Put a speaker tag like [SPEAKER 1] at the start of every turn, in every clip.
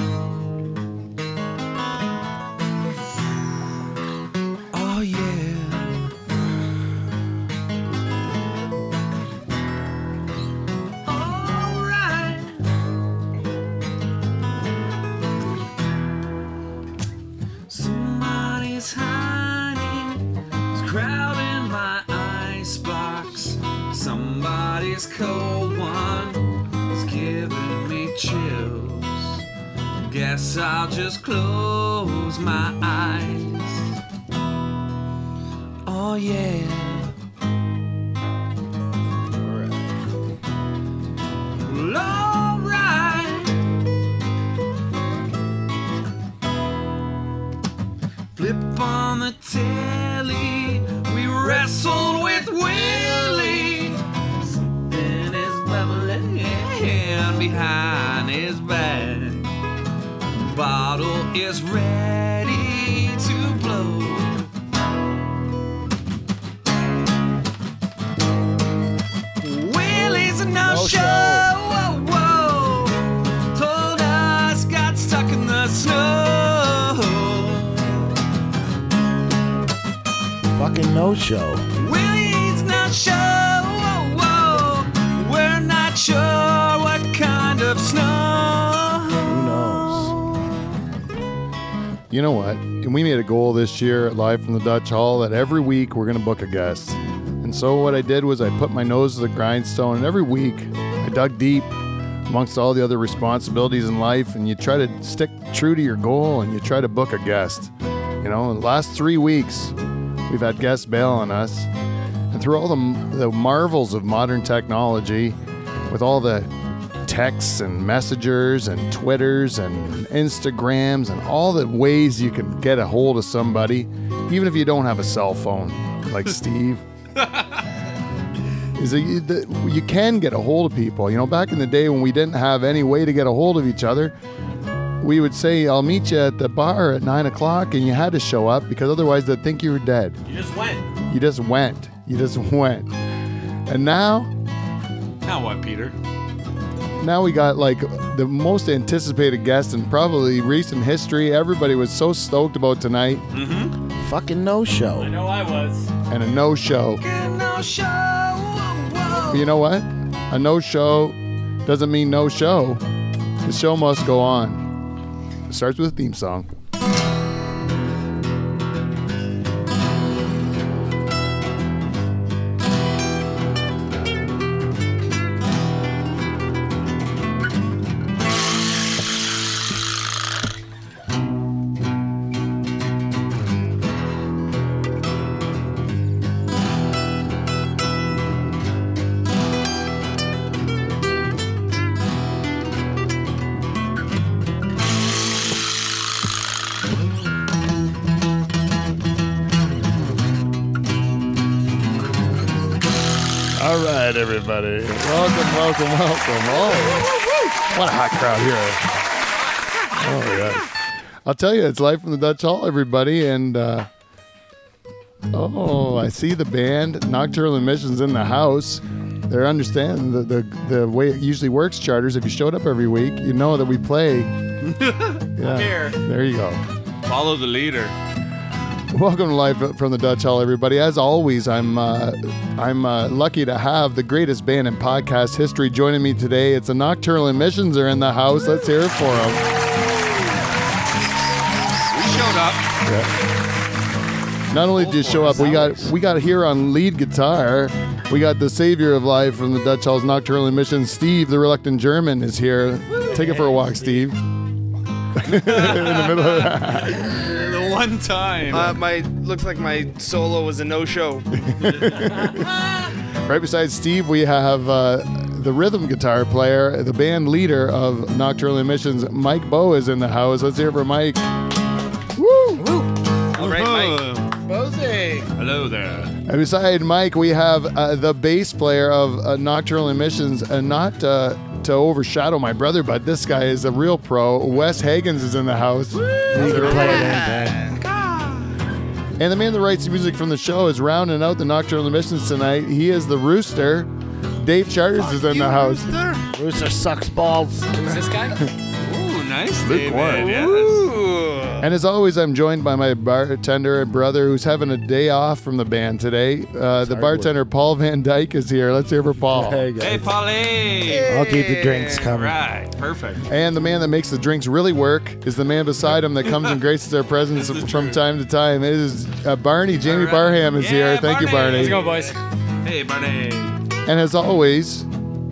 [SPEAKER 1] Oh, Somebody's cold one is giving me chills. Guess I'll just close my eyes. Oh yeah. Well, alright. Flip on the telly. We wrestled with Willie. Something is bubbling behind his back. Bottle is ready to blow. Willie's a no,
[SPEAKER 2] No
[SPEAKER 1] show.
[SPEAKER 2] show.
[SPEAKER 1] Whoa, whoa. Told us, got stuck in the snow.
[SPEAKER 2] Fucking no show.
[SPEAKER 1] Willie's not sure. Whoa, whoa. We're not sure what kind of snow.
[SPEAKER 2] Who knows?
[SPEAKER 3] You know what? We made a goal this year at Live from the Dutch Hall that every week we're going to book a guest. And so what I did was I put my nose to the grindstone, and every week I dug deep amongst all the other responsibilities in life, and you try to stick true to your goal and you try to book a guest. You know, in the last three weeks, we've had guests bail on us. And through all the, the marvels of modern technology, with all the texts and messengers and Twitters and Instagrams and all the ways you can get a hold of somebody, even if you don't have a cell phone, like Steve. Is that you, that you can get a hold of people. You know, back in the day when we didn't have any way to get a hold of each other, we would say, I'll meet you at the bar at nine o'clock, and you had to show up because otherwise they'd think you were dead.
[SPEAKER 1] You just went.
[SPEAKER 3] You just went. You just went. And now,
[SPEAKER 1] Now what, Peter?
[SPEAKER 3] now we got like the most anticipated guest in probably recent history. Everybody was so stoked about tonight
[SPEAKER 2] Mm-hmm. Fucking no
[SPEAKER 4] I
[SPEAKER 2] show.
[SPEAKER 4] know I was.
[SPEAKER 3] and a no show.
[SPEAKER 1] No show. Whoa, whoa.
[SPEAKER 3] You know what? A no show doesn't mean no show. The show must go on. It starts with a theme song. All right, everybody. Welcome, welcome, welcome. Oh, what a hot crowd here. Oh, yes. I'll tell you, it's live from the Dutch Hall, everybody. And, uh, oh, I see the band Nocturnal Emissions in the house. They're understanding the, the, the way it usually works, charters. If you showed up every week, you know that we play. Yeah.
[SPEAKER 1] Here.
[SPEAKER 3] There you go.
[SPEAKER 1] Follow the leader.
[SPEAKER 3] Welcome to live from the Dutch Hall, everybody. As always, I'm uh, I'm uh, lucky to have the greatest band in podcast history joining me today. It's the Nocturnal Emissions are in the house. Let's hear it for them.
[SPEAKER 1] We showed up.
[SPEAKER 3] Not only did you show up, we got we got here on lead guitar. We got the savior of live from the Dutch Hall's Nocturnal Emissions, Steve, the reluctant German, is here. Take it for a walk, Steve.
[SPEAKER 1] The one time.
[SPEAKER 5] Uh, my looks like my solo was a no-show.
[SPEAKER 3] Right beside Steve, we have uh, the rhythm guitar player, the band leader of Nocturnal Emissions, Mike Bow is in the house. Let's hear it for Mike. Woo!
[SPEAKER 5] All right, Mike.
[SPEAKER 1] Hello there.
[SPEAKER 3] And beside Mike, we have uh, the bass player of uh, Nocturnal Emissions, and not uh, to overshadow my brother, but this guy is a real pro. Wes Hagens is in the house.
[SPEAKER 2] You can play it anytime.
[SPEAKER 3] And the man that writes the music from the show is rounding out the Nocturnal Emissions tonight. He is the rooster. Dave Charters is in the house.
[SPEAKER 2] Rooster sucks balls.
[SPEAKER 4] Who's this guy?
[SPEAKER 1] Ooh, nice, David.
[SPEAKER 3] Warren.
[SPEAKER 1] Yeah, that's-
[SPEAKER 3] And as always, I'm joined by my bartender and brother who's having a day off from the band today. Uh, the bartender, Paul Van Dyke, is here. Let's hear for
[SPEAKER 2] There
[SPEAKER 3] Paul.
[SPEAKER 2] you go.
[SPEAKER 1] Hey, Polly.
[SPEAKER 2] I'll keep the drinks coming.
[SPEAKER 1] Right. Perfect.
[SPEAKER 3] And the man that makes the drinks really work is the man beside him that comes and graces our presence
[SPEAKER 1] This is
[SPEAKER 3] from
[SPEAKER 1] true.
[SPEAKER 3] time to time. It is uh, Barney. Jamie
[SPEAKER 1] All right.
[SPEAKER 3] Barham is
[SPEAKER 1] Yeah,
[SPEAKER 3] here. Thank
[SPEAKER 1] Barney.
[SPEAKER 3] you,
[SPEAKER 4] How's
[SPEAKER 3] Barney.
[SPEAKER 4] it going, boys?
[SPEAKER 1] Hey, Barney.
[SPEAKER 3] And as always,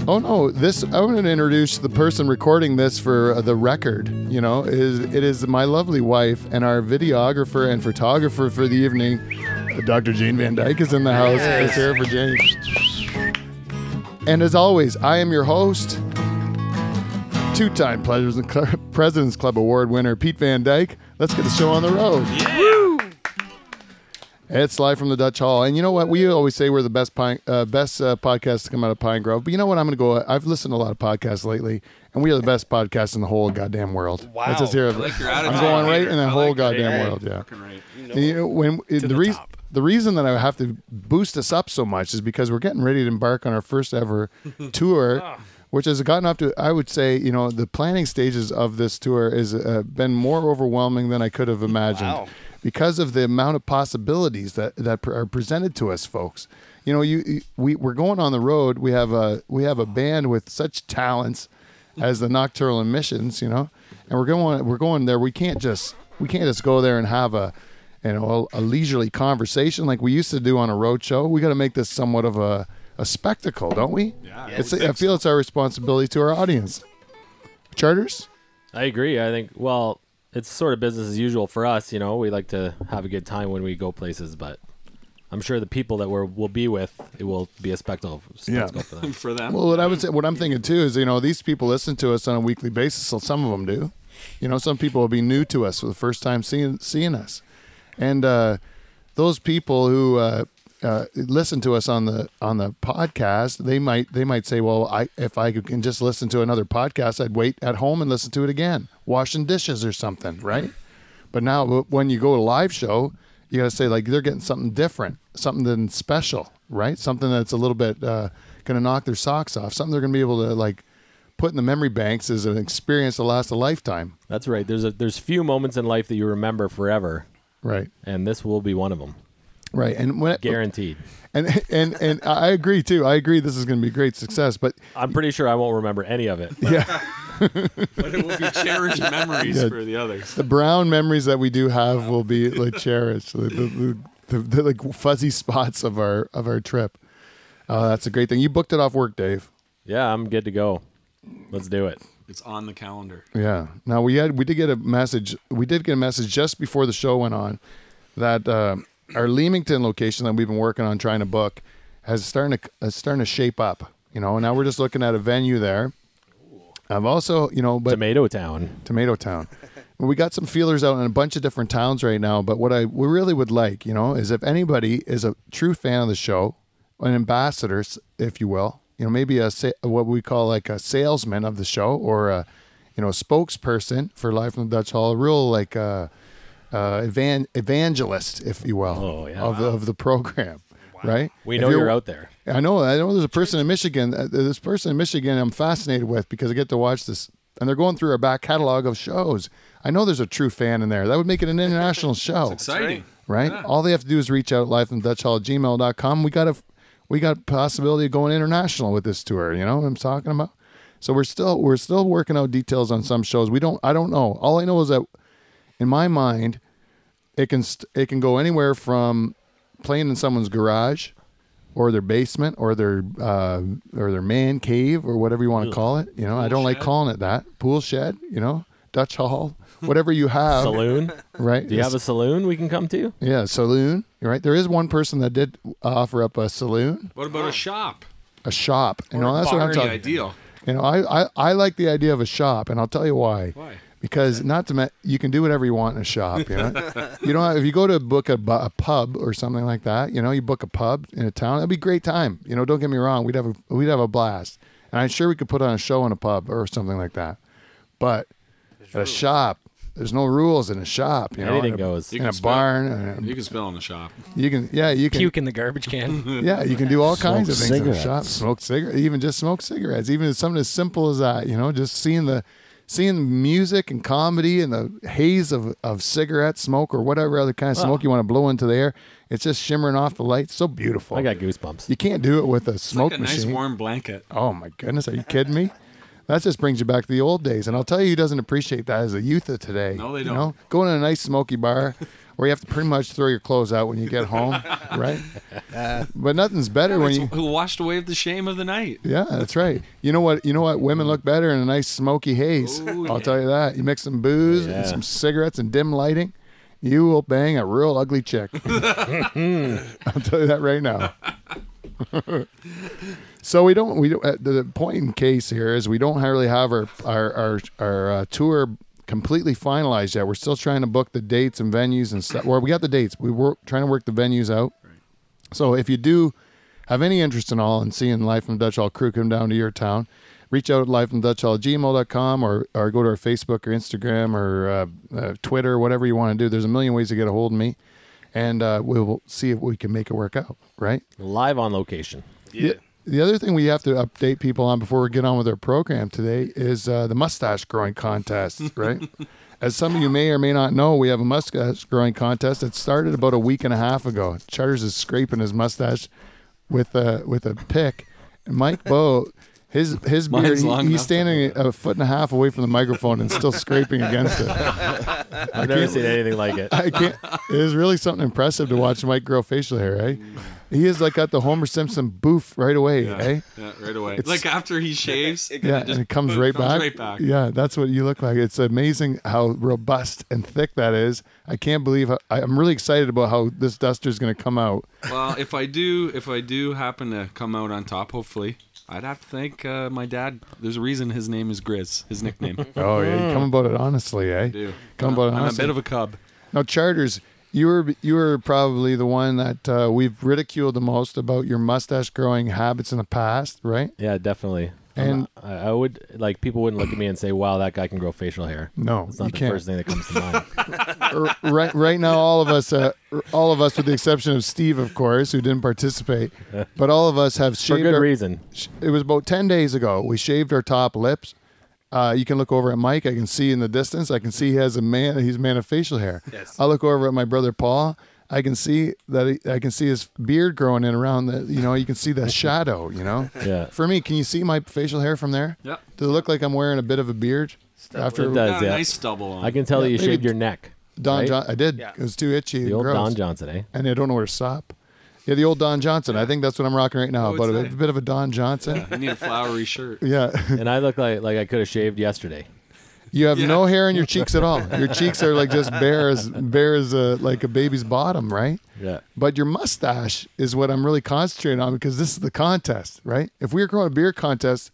[SPEAKER 3] oh no, this I want to introduce the person recording this for uh, the record. You know, it is it is my lovely wife and our videographer and photographer for the evening, Dr. Jane Van Dyke is in the house. It's here for Jane. And as always, I am your host, two-time Pleasures and Cl- Presidents Club Award winner Pete Van Dyke. Let's get the show on the road. It's live from the Dutch Hall, and you know what? We always say we're the best pine, uh, best uh, podcast to come out of Pine Grove. But you know what? I'm going to go. I've listened to a lot of podcasts lately, and we are the best podcast in the whole goddamn world.
[SPEAKER 5] Wow.
[SPEAKER 3] That's just here.
[SPEAKER 5] I
[SPEAKER 1] like your
[SPEAKER 3] I'm
[SPEAKER 1] attitude,
[SPEAKER 3] going right
[SPEAKER 1] Peter.
[SPEAKER 3] in the
[SPEAKER 1] I
[SPEAKER 3] whole
[SPEAKER 1] like your
[SPEAKER 3] goddamn
[SPEAKER 5] attitude.
[SPEAKER 3] world. Yeah.
[SPEAKER 1] Right.
[SPEAKER 3] And you know, when it, the
[SPEAKER 2] the
[SPEAKER 3] reason
[SPEAKER 2] top.
[SPEAKER 3] the reason that I have to boost us up so much is because we're getting ready to embark on our first ever tour, which has gotten up to I would say you know the planning stages of this tour has uh, been more overwhelming than I could have imagined
[SPEAKER 5] Wow.
[SPEAKER 3] because of the amount of possibilities that that pre- are presented to us, folks. You know, you, you we we're going on the road. We have a we have a band with such talents as the Nocturnal Emissions, you know, and we're going we're going there. We can't just we can't just go there and have a you know a, leisurely conversation like we used to do on a road show. We got to make this somewhat of a a spectacle, don't we?
[SPEAKER 2] Yeah.
[SPEAKER 3] it's, I feel it's our responsibility to our audience. Charters.
[SPEAKER 4] I agree. I think well, it's sort of business as usual for us. You know, we like to have a good time when we go places, but I'm sure the people that we're we'll be with, it will be a spectacle. spectacle for them.
[SPEAKER 1] For them.
[SPEAKER 3] Well, what I would say, what I'm thinking too is, you know, these people listen to us on a weekly basis. So some of them do. You know, some people will be new to us for the first time seeing seeing us, and uh, those people who uh, uh, listen to us on the on the podcast, they might they might say, well, I if I could- can just listen to another podcast, I'd wait at home and listen to it again, washing dishes or something, right? But now w- when you go to a live show, you got to say like they're getting something different, something that's special, right? Something that's a little bit uh, going to knock their socks off, something they're going to be able to like put in the memory banks as an experience that lasts a lifetime,
[SPEAKER 4] That's right. There's a there's few moments in life that you remember forever,
[SPEAKER 3] right?
[SPEAKER 4] and this will be one of them,
[SPEAKER 3] Right. And when
[SPEAKER 4] guaranteed.
[SPEAKER 3] and and and I agree too. I agree this is going to be great success, but
[SPEAKER 4] I'm pretty sure I won't remember any of it. but
[SPEAKER 1] but it will be cherished memories for the others.
[SPEAKER 3] the brown memories that we do have will be like cherished. The, the, the, the, the like fuzzy spots of our of our trip. Uh, that's a great thing. You booked it off work, Dave.
[SPEAKER 4] yeah, I'm good to go. Let's do it.
[SPEAKER 1] It's on the calendar.
[SPEAKER 3] Yeah. Now we had we did get a message. We did get a message just before the show went on that uh, our Leamington location that we've been working on trying to book has starting to is starting to shape up. You know, now we're just looking at a venue there. I've also, you know, but
[SPEAKER 4] Tomato Town.
[SPEAKER 3] Tomato Town. we got some feelers out in a bunch of different towns right now, but what I we really would like, you know, is if anybody is a true fan of the show, an ambassador, s- if you will, you know, maybe a sa- what we call like a salesman of the show or a you know spokesperson for Live from the Dutch Hall, a real like uh, uh, evan- evangelist, if you will,
[SPEAKER 4] Oh, yeah.
[SPEAKER 3] of, the, of the program, right?
[SPEAKER 4] We
[SPEAKER 3] If
[SPEAKER 4] know you're out there.
[SPEAKER 3] I know. I know. There's a person in Michigan. uh, This person in Michigan, I'm fascinated with because I get to watch this, and they're going through our back catalog of shows. I know there's a true fan in there. That would make it an international show,
[SPEAKER 1] Exciting.
[SPEAKER 3] right? All they have to do is reach out live from Dutch Hall gmail.com. We got a, we got possibility of going international with this tour. You know what I'm talking about? So we're still we're still working out details on some shows. We don't. I don't know. All I know is that in my mind, it can st- it can go anywhere from playing in someone's garage, or their basement, or their uh, or their man cave, or whatever you want to call it. You know, I don't like calling it that. Pool shed, you know, Dutch hall, whatever you have,
[SPEAKER 4] Saloon.
[SPEAKER 3] right?
[SPEAKER 4] Do you have a saloon we can come to?
[SPEAKER 3] yeah saloon? Right? There is one person that did offer up a saloon,
[SPEAKER 1] What about a shop?
[SPEAKER 3] a shop. You know,
[SPEAKER 1] Or a
[SPEAKER 3] that's what I'm
[SPEAKER 1] barn,
[SPEAKER 3] talking.
[SPEAKER 1] Ideal.
[SPEAKER 3] You know, I, I I like the idea of a shop, and I'll tell you
[SPEAKER 1] Why?
[SPEAKER 3] because not to met, you can do whatever you want in a shop. You know, you don't have, if you go to book a, bu- a pub or something like that. You know, you book a pub in a town. That'd be a great time. You know, don't get me wrong. We'd have a we'd have a blast, and I'm sure we could put on a show in a pub or something like that. But at a shop, there's no rules in a shop. You know,
[SPEAKER 4] Anything
[SPEAKER 3] in a,
[SPEAKER 4] goes.
[SPEAKER 3] In
[SPEAKER 1] You
[SPEAKER 3] a
[SPEAKER 1] can spell-
[SPEAKER 3] barn, in
[SPEAKER 1] You can spell in the shop.
[SPEAKER 3] a- you can yeah you can
[SPEAKER 6] puke in the garbage can.
[SPEAKER 3] yeah, you can do all kinds of things in the shop.
[SPEAKER 2] cigarettes.
[SPEAKER 3] Smoke cigarettes, even just smoke cigarettes, even something as simple as that. You know, just seeing the seeing the music and comedy and the haze of of cigarette smoke or whatever other kind of smoke you want to blow into the air. It's just shimmering off the lights. So beautiful.
[SPEAKER 4] I got goosebumps.
[SPEAKER 3] you can't do it with a smoke
[SPEAKER 1] Like a nice
[SPEAKER 3] Oh, machine.
[SPEAKER 1] warm blanket.
[SPEAKER 3] Oh my goodness, are you kidding me? That just brings you back to the old days, and I'll tell you, who doesn't appreciate that as a youth of today.
[SPEAKER 1] No, they
[SPEAKER 3] You
[SPEAKER 1] don't.
[SPEAKER 3] know, going to a nice smoky bar where you have to pretty much throw your clothes out when you get home, right? but nothing's better when you.
[SPEAKER 1] Who washed away the shame of the night?
[SPEAKER 3] Yeah, that's right. You know what? You know what? Women look better in a nice smoky haze.
[SPEAKER 1] Ooh,
[SPEAKER 3] I'll
[SPEAKER 1] yeah.
[SPEAKER 3] tell you that. You mix some booze
[SPEAKER 4] Yeah.
[SPEAKER 3] and some cigarettes and dim lighting, you will bang a real ugly chick. I'll tell you that right now. so we don't. We don't, uh, the point in case here is we don't really have our our our, our uh, tour completely finalized yet. We're still trying to book the dates and venues and stuff. Well, we got the dates. We were trying to work the venues out. So if you do have any interest in all and seeing Life from the Dutch Hall crew come down to your town, reach out at lifefromdutchhall at gmail.com or, or go to our Facebook or Instagram or uh, uh, Twitter, whatever you want to do. There's a million ways to get a hold of me. And uh, we'll see if we can make it work out, right?
[SPEAKER 4] Live on location.
[SPEAKER 5] Yeah.
[SPEAKER 3] The other thing we have to update people on before we get on with our program today is uh, the mustache growing contest, right? As some of you may or may not know, we have a mustache growing contest. It started about a week and a half ago. Charters is scraping his mustache with a with a pick. And Mike Bo, his his beard,
[SPEAKER 1] Mine's
[SPEAKER 3] he-
[SPEAKER 1] long
[SPEAKER 3] he's
[SPEAKER 1] enough.
[SPEAKER 3] standing a foot and a half away from the microphone and still scraping against it.
[SPEAKER 4] I've never seen anything like it.
[SPEAKER 3] I can't. It is really something impressive to watch Mike grow facial hair, eh? He is like got the Homer Simpson boof right away, eh?
[SPEAKER 1] Yeah, right away.
[SPEAKER 3] It's-
[SPEAKER 1] like after he shaves,
[SPEAKER 5] It-
[SPEAKER 3] Yeah,
[SPEAKER 5] it
[SPEAKER 3] and
[SPEAKER 5] just
[SPEAKER 3] it comes
[SPEAKER 1] boom,
[SPEAKER 3] right
[SPEAKER 1] comes
[SPEAKER 3] back.
[SPEAKER 1] right back.
[SPEAKER 3] Yeah, that's what you look like. It's amazing how robust and thick that is. I can't believe. How, I, I'm really excited about how this duster is going to come out.
[SPEAKER 1] well, if I do, if I do happen to come out on top, hopefully, I'd have to thank uh, my dad. There's a reason his name is Grizz, his nickname.
[SPEAKER 3] Oh yeah, you come about it honestly, eh?
[SPEAKER 1] do.
[SPEAKER 3] Come about it
[SPEAKER 1] I'm a
[SPEAKER 3] honestly.
[SPEAKER 1] bit of a cub.
[SPEAKER 3] now charters. You were you were probably the one that uh, we've ridiculed the most about your mustache growing habits in the past, right?
[SPEAKER 4] Yeah, definitely.
[SPEAKER 3] And-
[SPEAKER 4] And I, I would like people wouldn't look at me and say, "Wow, that guy can grow facial hair."
[SPEAKER 3] No,
[SPEAKER 4] it's
[SPEAKER 3] you
[SPEAKER 4] not the
[SPEAKER 3] can't.
[SPEAKER 4] first thing that comes to mind.
[SPEAKER 3] R- right right now all of us uh, r- all of us with the exception of Steve of course who didn't participate but all of us have
[SPEAKER 4] For
[SPEAKER 3] shaved
[SPEAKER 4] good
[SPEAKER 3] our,
[SPEAKER 4] reason.
[SPEAKER 3] sh- it was about 10 days ago we shaved our top lips uh, you can look over at Mike I can see in the distance I can see he has a man he's a man of facial hair
[SPEAKER 5] Yes.
[SPEAKER 3] I look over at my brother Paul I can see that he, I can see his beard growing in around the you know you can see the shadow you know
[SPEAKER 4] Yeah.
[SPEAKER 3] for me can you see my facial hair from there
[SPEAKER 1] Yeah.
[SPEAKER 3] does it look like I'm wearing a bit of a beard after
[SPEAKER 4] It does,
[SPEAKER 1] Yeah,
[SPEAKER 4] yeah.
[SPEAKER 1] Nice stubble on.
[SPEAKER 4] I can tell that you
[SPEAKER 3] maybe
[SPEAKER 4] shaved
[SPEAKER 3] d-
[SPEAKER 4] your neck.
[SPEAKER 3] Don
[SPEAKER 4] right?
[SPEAKER 3] John I did
[SPEAKER 5] Yeah.
[SPEAKER 3] it was too itchy
[SPEAKER 4] the
[SPEAKER 3] and
[SPEAKER 4] old
[SPEAKER 3] gross
[SPEAKER 4] Don Johnson, eh?
[SPEAKER 3] and I don't know where to stop. Yeah, the old Don Johnson. I think that's what I'm rocking right now.
[SPEAKER 1] Oh,
[SPEAKER 3] but a,
[SPEAKER 1] it's
[SPEAKER 3] bit- bit of a Don Johnson.
[SPEAKER 1] I need a flowery shirt.
[SPEAKER 3] Yeah,
[SPEAKER 4] And I look like like I could have shaved yesterday.
[SPEAKER 3] you have
[SPEAKER 1] Yeah.
[SPEAKER 3] no hair in your cheeks at all. Your cheeks are like just bare as bare as a, like a baby's bottom, right?
[SPEAKER 4] Yeah.
[SPEAKER 3] But your mustache is what I'm really concentrating on because this is the contest, right? If we were going to a beer contest,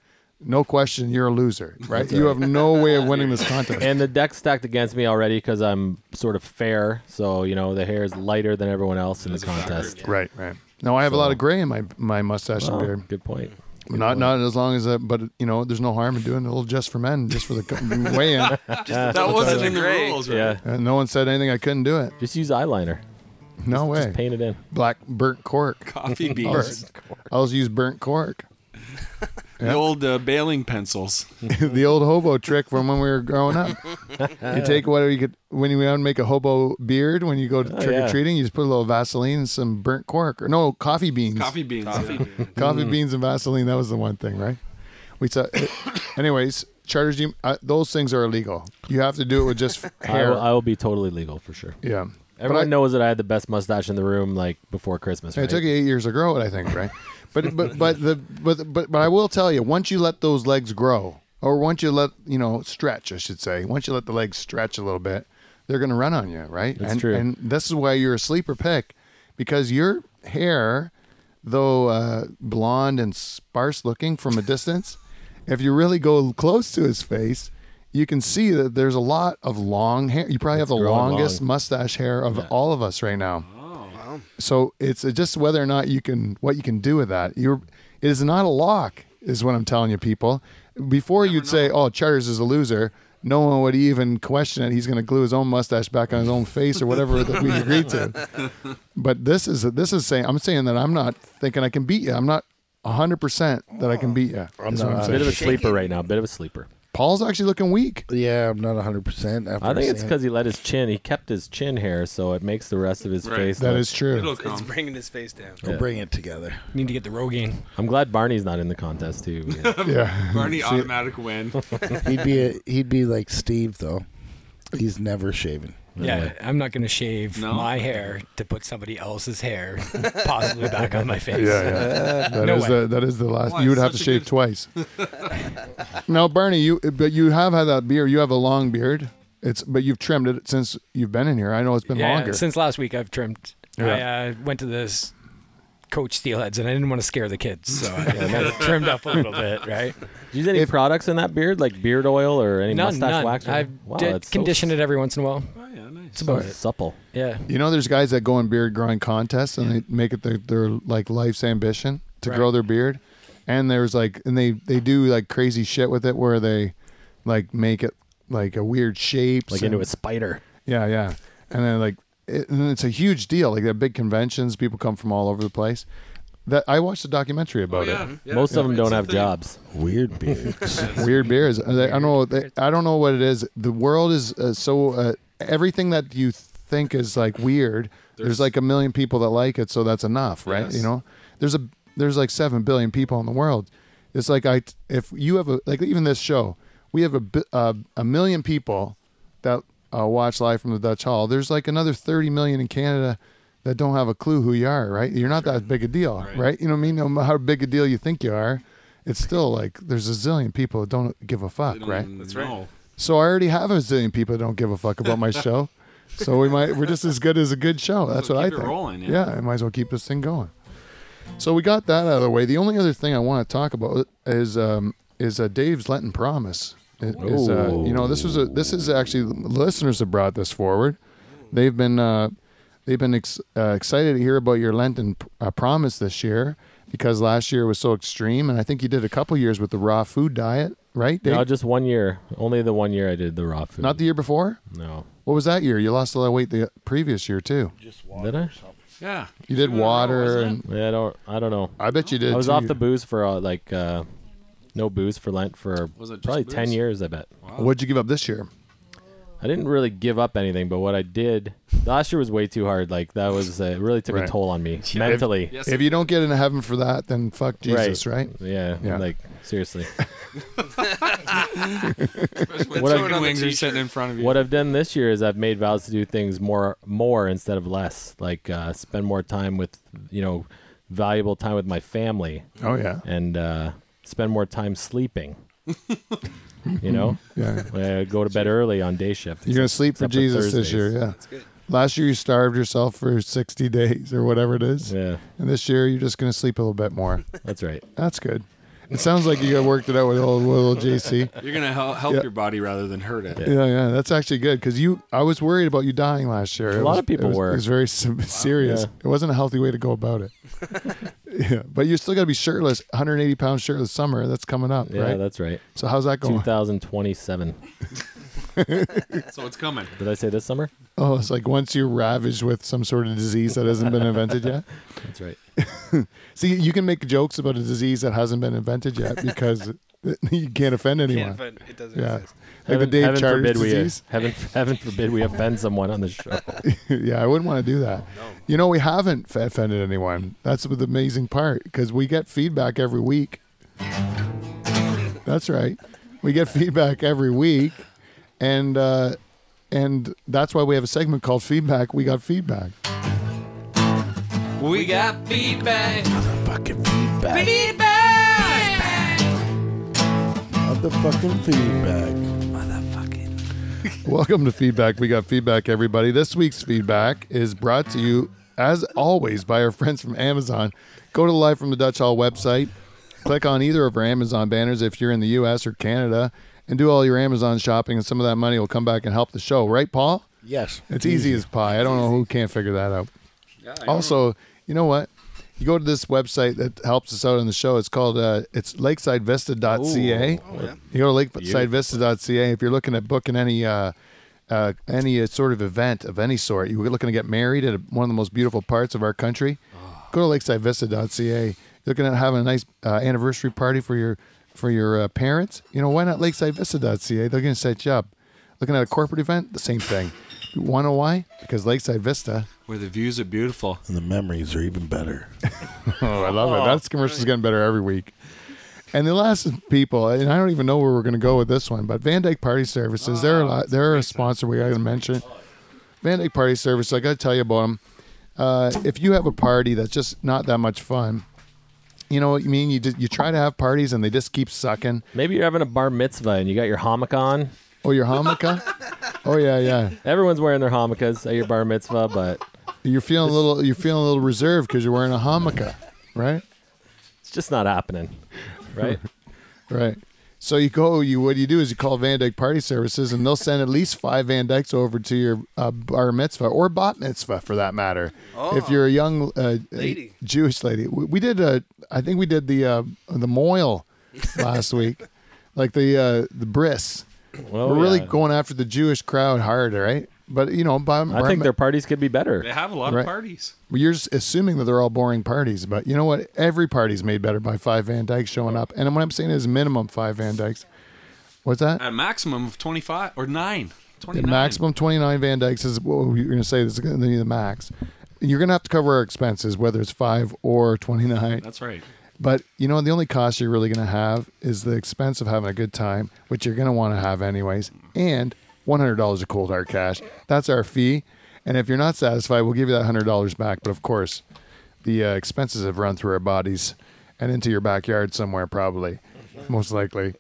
[SPEAKER 3] no question, you're a loser, right? You have no way of winning this contest.
[SPEAKER 4] And the deck's stacked against me already because I'm sort of fair. So you know the hair is lighter than everyone else in the contest.
[SPEAKER 3] Right, right. Now I have a lot of gray in my my mustache
[SPEAKER 4] Oh,
[SPEAKER 3] and beard.
[SPEAKER 4] good point.
[SPEAKER 3] Not not as long as that, but you know, there's no harm in doing a little just for men, just for the co- weigh-in.
[SPEAKER 1] That wasn't
[SPEAKER 5] Those
[SPEAKER 1] in
[SPEAKER 5] are
[SPEAKER 1] the
[SPEAKER 5] great.
[SPEAKER 1] rules, right?
[SPEAKER 4] Yeah.
[SPEAKER 3] And no one said anything. I couldn't do it.
[SPEAKER 4] Just use eyeliner.
[SPEAKER 3] No way.
[SPEAKER 4] Paint it in.
[SPEAKER 3] Black burnt cork.
[SPEAKER 1] Coffee beans,
[SPEAKER 3] I always use burnt cork.
[SPEAKER 1] the old uh, bailing pencils.
[SPEAKER 3] the old hobo trick from when we were growing up. you take whatever you could when you want to make a hobo beard when you go
[SPEAKER 4] Oh,
[SPEAKER 3] to trick or treating. You just put a little Vaseline and some burnt cork or no coffee beans.
[SPEAKER 1] Coffee beans. yeah.
[SPEAKER 3] Coffee beans and Vaseline. That was the one thing, right? We saw. anyways, charters. You uh, those things are illegal. You have to do it with just
[SPEAKER 4] I
[SPEAKER 3] hair.
[SPEAKER 4] will, I will be totally legal for sure.
[SPEAKER 3] yeah. But
[SPEAKER 4] Everyone
[SPEAKER 3] I-
[SPEAKER 4] knows that I had the best mustache in the room, like before Christmas. Right?
[SPEAKER 3] It took you eight years to grow it, I think, right? but but but the but but but I will tell you, once you let those legs grow, or once you let you know stretch, I should say, once you let the legs stretch a little bit, they're going to run on you, right?
[SPEAKER 4] That's
[SPEAKER 3] and,
[SPEAKER 4] true.
[SPEAKER 3] And this is why you're a sleeper pick, because your hair, though uh, blonde and sparse looking from a distance, if you really go close to his face. You can see that there's a lot of long hair. You probably have the
[SPEAKER 4] growing
[SPEAKER 3] longest
[SPEAKER 4] long.
[SPEAKER 3] mustache hair of all of us right now.
[SPEAKER 4] Oh,
[SPEAKER 3] So it's just whether or not you can what you can do with that. You're it is not a lock, is what I'm telling you, people. Before you'd say, "Oh, Charters is a loser," no one would even question it. He's going to glue his own mustache back on his own face or whatever that we agreed to. But this is this is saying I'm saying that I'm not thinking I can beat you. I'm not 100 percent that I can beat you. Is what I'm
[SPEAKER 4] Bit of
[SPEAKER 3] saying.
[SPEAKER 4] a sleeper right now. Bit of a sleeper.
[SPEAKER 3] Paul's actually looking weak.
[SPEAKER 2] Yeah, I'm not 100 percent.
[SPEAKER 4] I think it's because he let his chin. He kept his chin hair, so it makes the rest of his
[SPEAKER 1] Right.
[SPEAKER 4] face.
[SPEAKER 3] That
[SPEAKER 4] look-
[SPEAKER 3] is
[SPEAKER 1] It'll
[SPEAKER 3] true.
[SPEAKER 5] It's
[SPEAKER 1] come.
[SPEAKER 5] bringing his face down.
[SPEAKER 2] we'll bring it together.
[SPEAKER 6] Need to get the Rogaine.
[SPEAKER 4] I'm glad Barney's not in the contest too.
[SPEAKER 3] Yeah,
[SPEAKER 1] Barney automatic win.
[SPEAKER 2] He'd be a, he'd be like Steve though. He's never shaven.
[SPEAKER 6] Yeah, I'm not going to shave
[SPEAKER 1] No?
[SPEAKER 6] my hair to put somebody else's hair possibly back on my face.
[SPEAKER 3] Yeah, yeah. That
[SPEAKER 6] Uh, No
[SPEAKER 3] is
[SPEAKER 6] way.
[SPEAKER 3] the that is the last.
[SPEAKER 1] Why,
[SPEAKER 3] you would
[SPEAKER 1] it's
[SPEAKER 3] have to
[SPEAKER 1] such a
[SPEAKER 3] shave
[SPEAKER 1] good-
[SPEAKER 3] twice. now, Barney, you but you have had that beard. You have a long beard. It's but you've trimmed it since you've been in here. I know it's been
[SPEAKER 6] Yeah,
[SPEAKER 3] longer.
[SPEAKER 6] Since last week, I've trimmed.
[SPEAKER 3] Yeah.
[SPEAKER 6] I uh, went to this coach Steelheads, and I didn't want to scare the kids, so I kind of trimmed up a little bit, right?
[SPEAKER 4] Do you use any products in that beard, like beard oil or any
[SPEAKER 6] None,
[SPEAKER 4] mustache
[SPEAKER 6] none.
[SPEAKER 4] wax? or-
[SPEAKER 6] I
[SPEAKER 4] Wow,
[SPEAKER 6] did
[SPEAKER 4] it's so
[SPEAKER 6] condition it every once in a while.
[SPEAKER 1] Oh, yeah, nice.
[SPEAKER 6] It's about it.
[SPEAKER 4] supple.
[SPEAKER 6] Yeah.
[SPEAKER 3] you know, there's guys that go in beard growing contests and they make it their, their like life's ambition to
[SPEAKER 6] Right.
[SPEAKER 3] grow their beard. And there's like, and they they do like crazy shit with it where they like make it like a weird shape,
[SPEAKER 4] Like into a spider.
[SPEAKER 3] Yeah, yeah. And then like, it, and it's a huge deal. Like they're big conventions. People come from all over the place. That I watched a documentary about
[SPEAKER 1] Oh, Yeah, yeah,
[SPEAKER 4] Most
[SPEAKER 1] yeah,
[SPEAKER 4] of them
[SPEAKER 1] it's
[SPEAKER 4] don't
[SPEAKER 1] a
[SPEAKER 4] have
[SPEAKER 1] thing.
[SPEAKER 4] jobs.
[SPEAKER 2] Weird beards.
[SPEAKER 3] it. Weird beers. I don't know. They, I don't know what it is. The world is uh, so uh, everything that you think is like weird. There's, like a million people that like it, so that's enough, right?
[SPEAKER 1] Yes.
[SPEAKER 3] You know, there's a there's like seven billion people in the world. It's like I if you have a like even this show, we have a bi- uh, a million people that uh, watch live from the Dutch Hall. There's like another 30 million in Canada that don't have a clue who you are, right? You're not that big a deal, right. You know what I mean? No matter how big a deal you think you are, it's still like there's a zillion people that don't give a fuck,
[SPEAKER 1] They don't
[SPEAKER 3] right?
[SPEAKER 1] even
[SPEAKER 5] That's right.
[SPEAKER 1] know.
[SPEAKER 3] So I already have a zillion people that don't give a fuck about my show. so we might we're just as good as a good show. That's
[SPEAKER 1] well
[SPEAKER 3] what I
[SPEAKER 1] keep it
[SPEAKER 3] think.
[SPEAKER 1] rolling, yeah.
[SPEAKER 3] I might as well keep this thing going. So we got that out of the way. The only other thing I want to talk about is um, is uh, Dave's Lenten promise. It- is, uh, you know, this was a this is actually listeners have brought this forward. They've been uh, they've been ex- uh, excited to hear about your Lenten uh, promise this year because last year was so extreme, and I think you did a couple years with the raw food diet, right? Dave?
[SPEAKER 4] No, just one year. Only the one year I did the raw food.
[SPEAKER 3] Not the year before.
[SPEAKER 4] no.
[SPEAKER 3] What was that year? You lost a lot of weight the previous year too.
[SPEAKER 4] Did I?
[SPEAKER 1] Yeah.
[SPEAKER 3] You did
[SPEAKER 1] Two in a row,
[SPEAKER 3] water,
[SPEAKER 1] wasn't it?
[SPEAKER 3] and
[SPEAKER 4] Yeah, I don't. I don't know.
[SPEAKER 3] I bet you did.
[SPEAKER 4] I was
[SPEAKER 3] too.
[SPEAKER 4] off the booze for uh, like uh, no booze for Lent for
[SPEAKER 1] Was it just
[SPEAKER 4] probably ten
[SPEAKER 1] booze?
[SPEAKER 4] years. I bet.
[SPEAKER 3] What'd you give up this year?
[SPEAKER 4] I didn't really give up anything, but what I did last year was way too hard. Like that was uh, it really took
[SPEAKER 3] Right.
[SPEAKER 4] a toll on me mentally.
[SPEAKER 1] Yes.
[SPEAKER 3] If you don't get into heaven for that, then fuck Jesus, right?
[SPEAKER 4] Yeah,
[SPEAKER 3] Yeah.
[SPEAKER 4] Like seriously,
[SPEAKER 1] Especially when
[SPEAKER 4] What I-
[SPEAKER 1] chicken wings are sitting in front of you.
[SPEAKER 4] what I've done this year is I've made vows to do things more, more instead of less. Like uh, spend more time with you know valuable time with my family
[SPEAKER 3] Oh yeah,
[SPEAKER 4] and uh, spend more time sleeping. you know,
[SPEAKER 3] yeah.
[SPEAKER 4] I go to bed early on day shift.
[SPEAKER 3] You're gonna
[SPEAKER 4] except-
[SPEAKER 3] sleep for
[SPEAKER 4] except
[SPEAKER 3] Jesus this year,
[SPEAKER 4] Thursdays.
[SPEAKER 3] yeah. Last year you starved yourself for 60 days or whatever it is,
[SPEAKER 4] Yeah,
[SPEAKER 3] and this year you're just gonna sleep a little bit more.
[SPEAKER 4] that's right.
[SPEAKER 3] That's good. It sounds like you worked it out with old, with old JC.
[SPEAKER 1] You're gonna hel- help
[SPEAKER 3] Yeah.
[SPEAKER 1] your body rather than hurt it.
[SPEAKER 3] Yeah, yeah, that's actually good because you. I was worried about you dying last year. A
[SPEAKER 4] lot of people
[SPEAKER 3] it was,
[SPEAKER 4] were.
[SPEAKER 3] It was very s serious.
[SPEAKER 4] Yeah.
[SPEAKER 3] It wasn't a healthy way to go about it. yeah, but you're still gonna be shirtless, 180 pound shirtless summer. That's coming up,
[SPEAKER 4] Yeah,
[SPEAKER 3] right?
[SPEAKER 4] that's right.
[SPEAKER 3] So how's that going?
[SPEAKER 4] 2027.
[SPEAKER 1] So it's coming.
[SPEAKER 4] Did I say this summer?
[SPEAKER 3] Oh, it's like once you're ravaged with some sort of disease that hasn't been invented yet.
[SPEAKER 4] That's right.
[SPEAKER 3] See, you can make jokes about a disease that hasn't been invented yet because you can't offend
[SPEAKER 5] Yeah,
[SPEAKER 3] anyone.
[SPEAKER 5] but it doesn't
[SPEAKER 3] yeah,
[SPEAKER 5] exist.
[SPEAKER 3] like the
[SPEAKER 4] heaven,
[SPEAKER 3] Dave
[SPEAKER 4] heaven
[SPEAKER 3] Charters
[SPEAKER 4] forbid
[SPEAKER 3] disease.
[SPEAKER 4] we uh, heaven, heaven forbid we offend someone on the show.
[SPEAKER 3] yeah, I wouldn't want to do that. You know, we haven't f- offended anyone. That's the amazing part because we get feedback every week. That's right. We get feedback every week, and uh, and that's why we have a segment called "Feedback." We got feedback.
[SPEAKER 1] We got feedback.
[SPEAKER 2] Fucking feedback.
[SPEAKER 1] Feedback.
[SPEAKER 2] Motherfucking feedback.
[SPEAKER 3] Welcome to Feedback. We got feedback, everybody. This week's feedback is brought to you, as always, by our friends from Amazon. Go to the Live from the Dutch Hall website, click on either of our Amazon banners if you're in the US or Canada, and do all your Amazon shopping, and some of that money will come back and help the show. Right, Paul?
[SPEAKER 2] Yes.
[SPEAKER 3] It's easy as pie. I don't know who can't figure that out. Also, you know what? You go to this website that helps us out on the show. It's called uh, it's lakesidevista.ca. You go to lakesidevista.ca if you're looking at booking any uh, uh, any uh, sort of event of any sort. You're looking to get married at a, one of the most beautiful parts of our country. Go to lakesidevista.ca. You're looking at having a nice uh, anniversary party for your for your uh, parents. You know why not lakesidevista.ca? They're going to set you up. Looking at a corporate event, the same thing. You want to know why? Because Lakeside Vista.
[SPEAKER 1] Where the views are beautiful.
[SPEAKER 2] And the memories are even better.
[SPEAKER 3] Oh, I love it. That's commercial's getting better every week. And the last people, and I don't even know where we're going to go with this one, but Van Dyke Party Services, they're a, lot, they're a sponsor we got to mention. Van Dyke Party Service. I got to tell you about them. Uh, if you have a party that's just not that much fun, you know what I mean. You just, you try to have parties and they just keep sucking.
[SPEAKER 4] Maybe you're having a bar mitzvah and you got your hammock on.
[SPEAKER 3] Oh, your harmonica. oh yeah, yeah.
[SPEAKER 4] Everyone's wearing their harmonicas at your bar mitzvah, but
[SPEAKER 3] You're feeling a little. You're feeling a little reserved because you're wearing a harmonica, right?
[SPEAKER 4] it's just not happening, right?
[SPEAKER 3] Right. So you go. You what you do is you call Van Dyke Party Services, and they'll send at least five Van Dykes over to your uh, bar mitzvah or bat mitzvah for that matter. If you're a young uh,
[SPEAKER 5] Lady.
[SPEAKER 3] Jewish lady, we, we did. A, I think we did the uh, the moil last week, like the uh, the bris.
[SPEAKER 4] Well,
[SPEAKER 3] We're really
[SPEAKER 4] Oh, yeah.
[SPEAKER 3] going after the Jewish crowd hard, right? But you know, bar,
[SPEAKER 4] I
[SPEAKER 3] bar
[SPEAKER 4] think
[SPEAKER 3] mi-
[SPEAKER 4] their parties could be better.
[SPEAKER 1] They have a lot
[SPEAKER 3] Right.
[SPEAKER 1] of parties.
[SPEAKER 3] you're just assuming that they're all boring parties, but you know what? Every party's made better by five Van Dykes showing up. And what I'm saying is minimum five Van Dykes. What's that?
[SPEAKER 1] At a maximum of 25 or 9.
[SPEAKER 3] The
[SPEAKER 1] 29.
[SPEAKER 3] maximum 29 Van Dykes is what you're going to say. This is going to be the max. You're going to have to cover our expenses, whether it's five or 29.
[SPEAKER 1] That's right.
[SPEAKER 3] But you know, the only cost you're really going to have is the expense of having a good time, which you're going to want to have anyways, and $100 of cold hard cash. That's our fee. And if you're not satisfied, we'll give you that $100 back. But of course, the uh, expenses have run through our bodies and into your backyard somewhere, probably, most likely.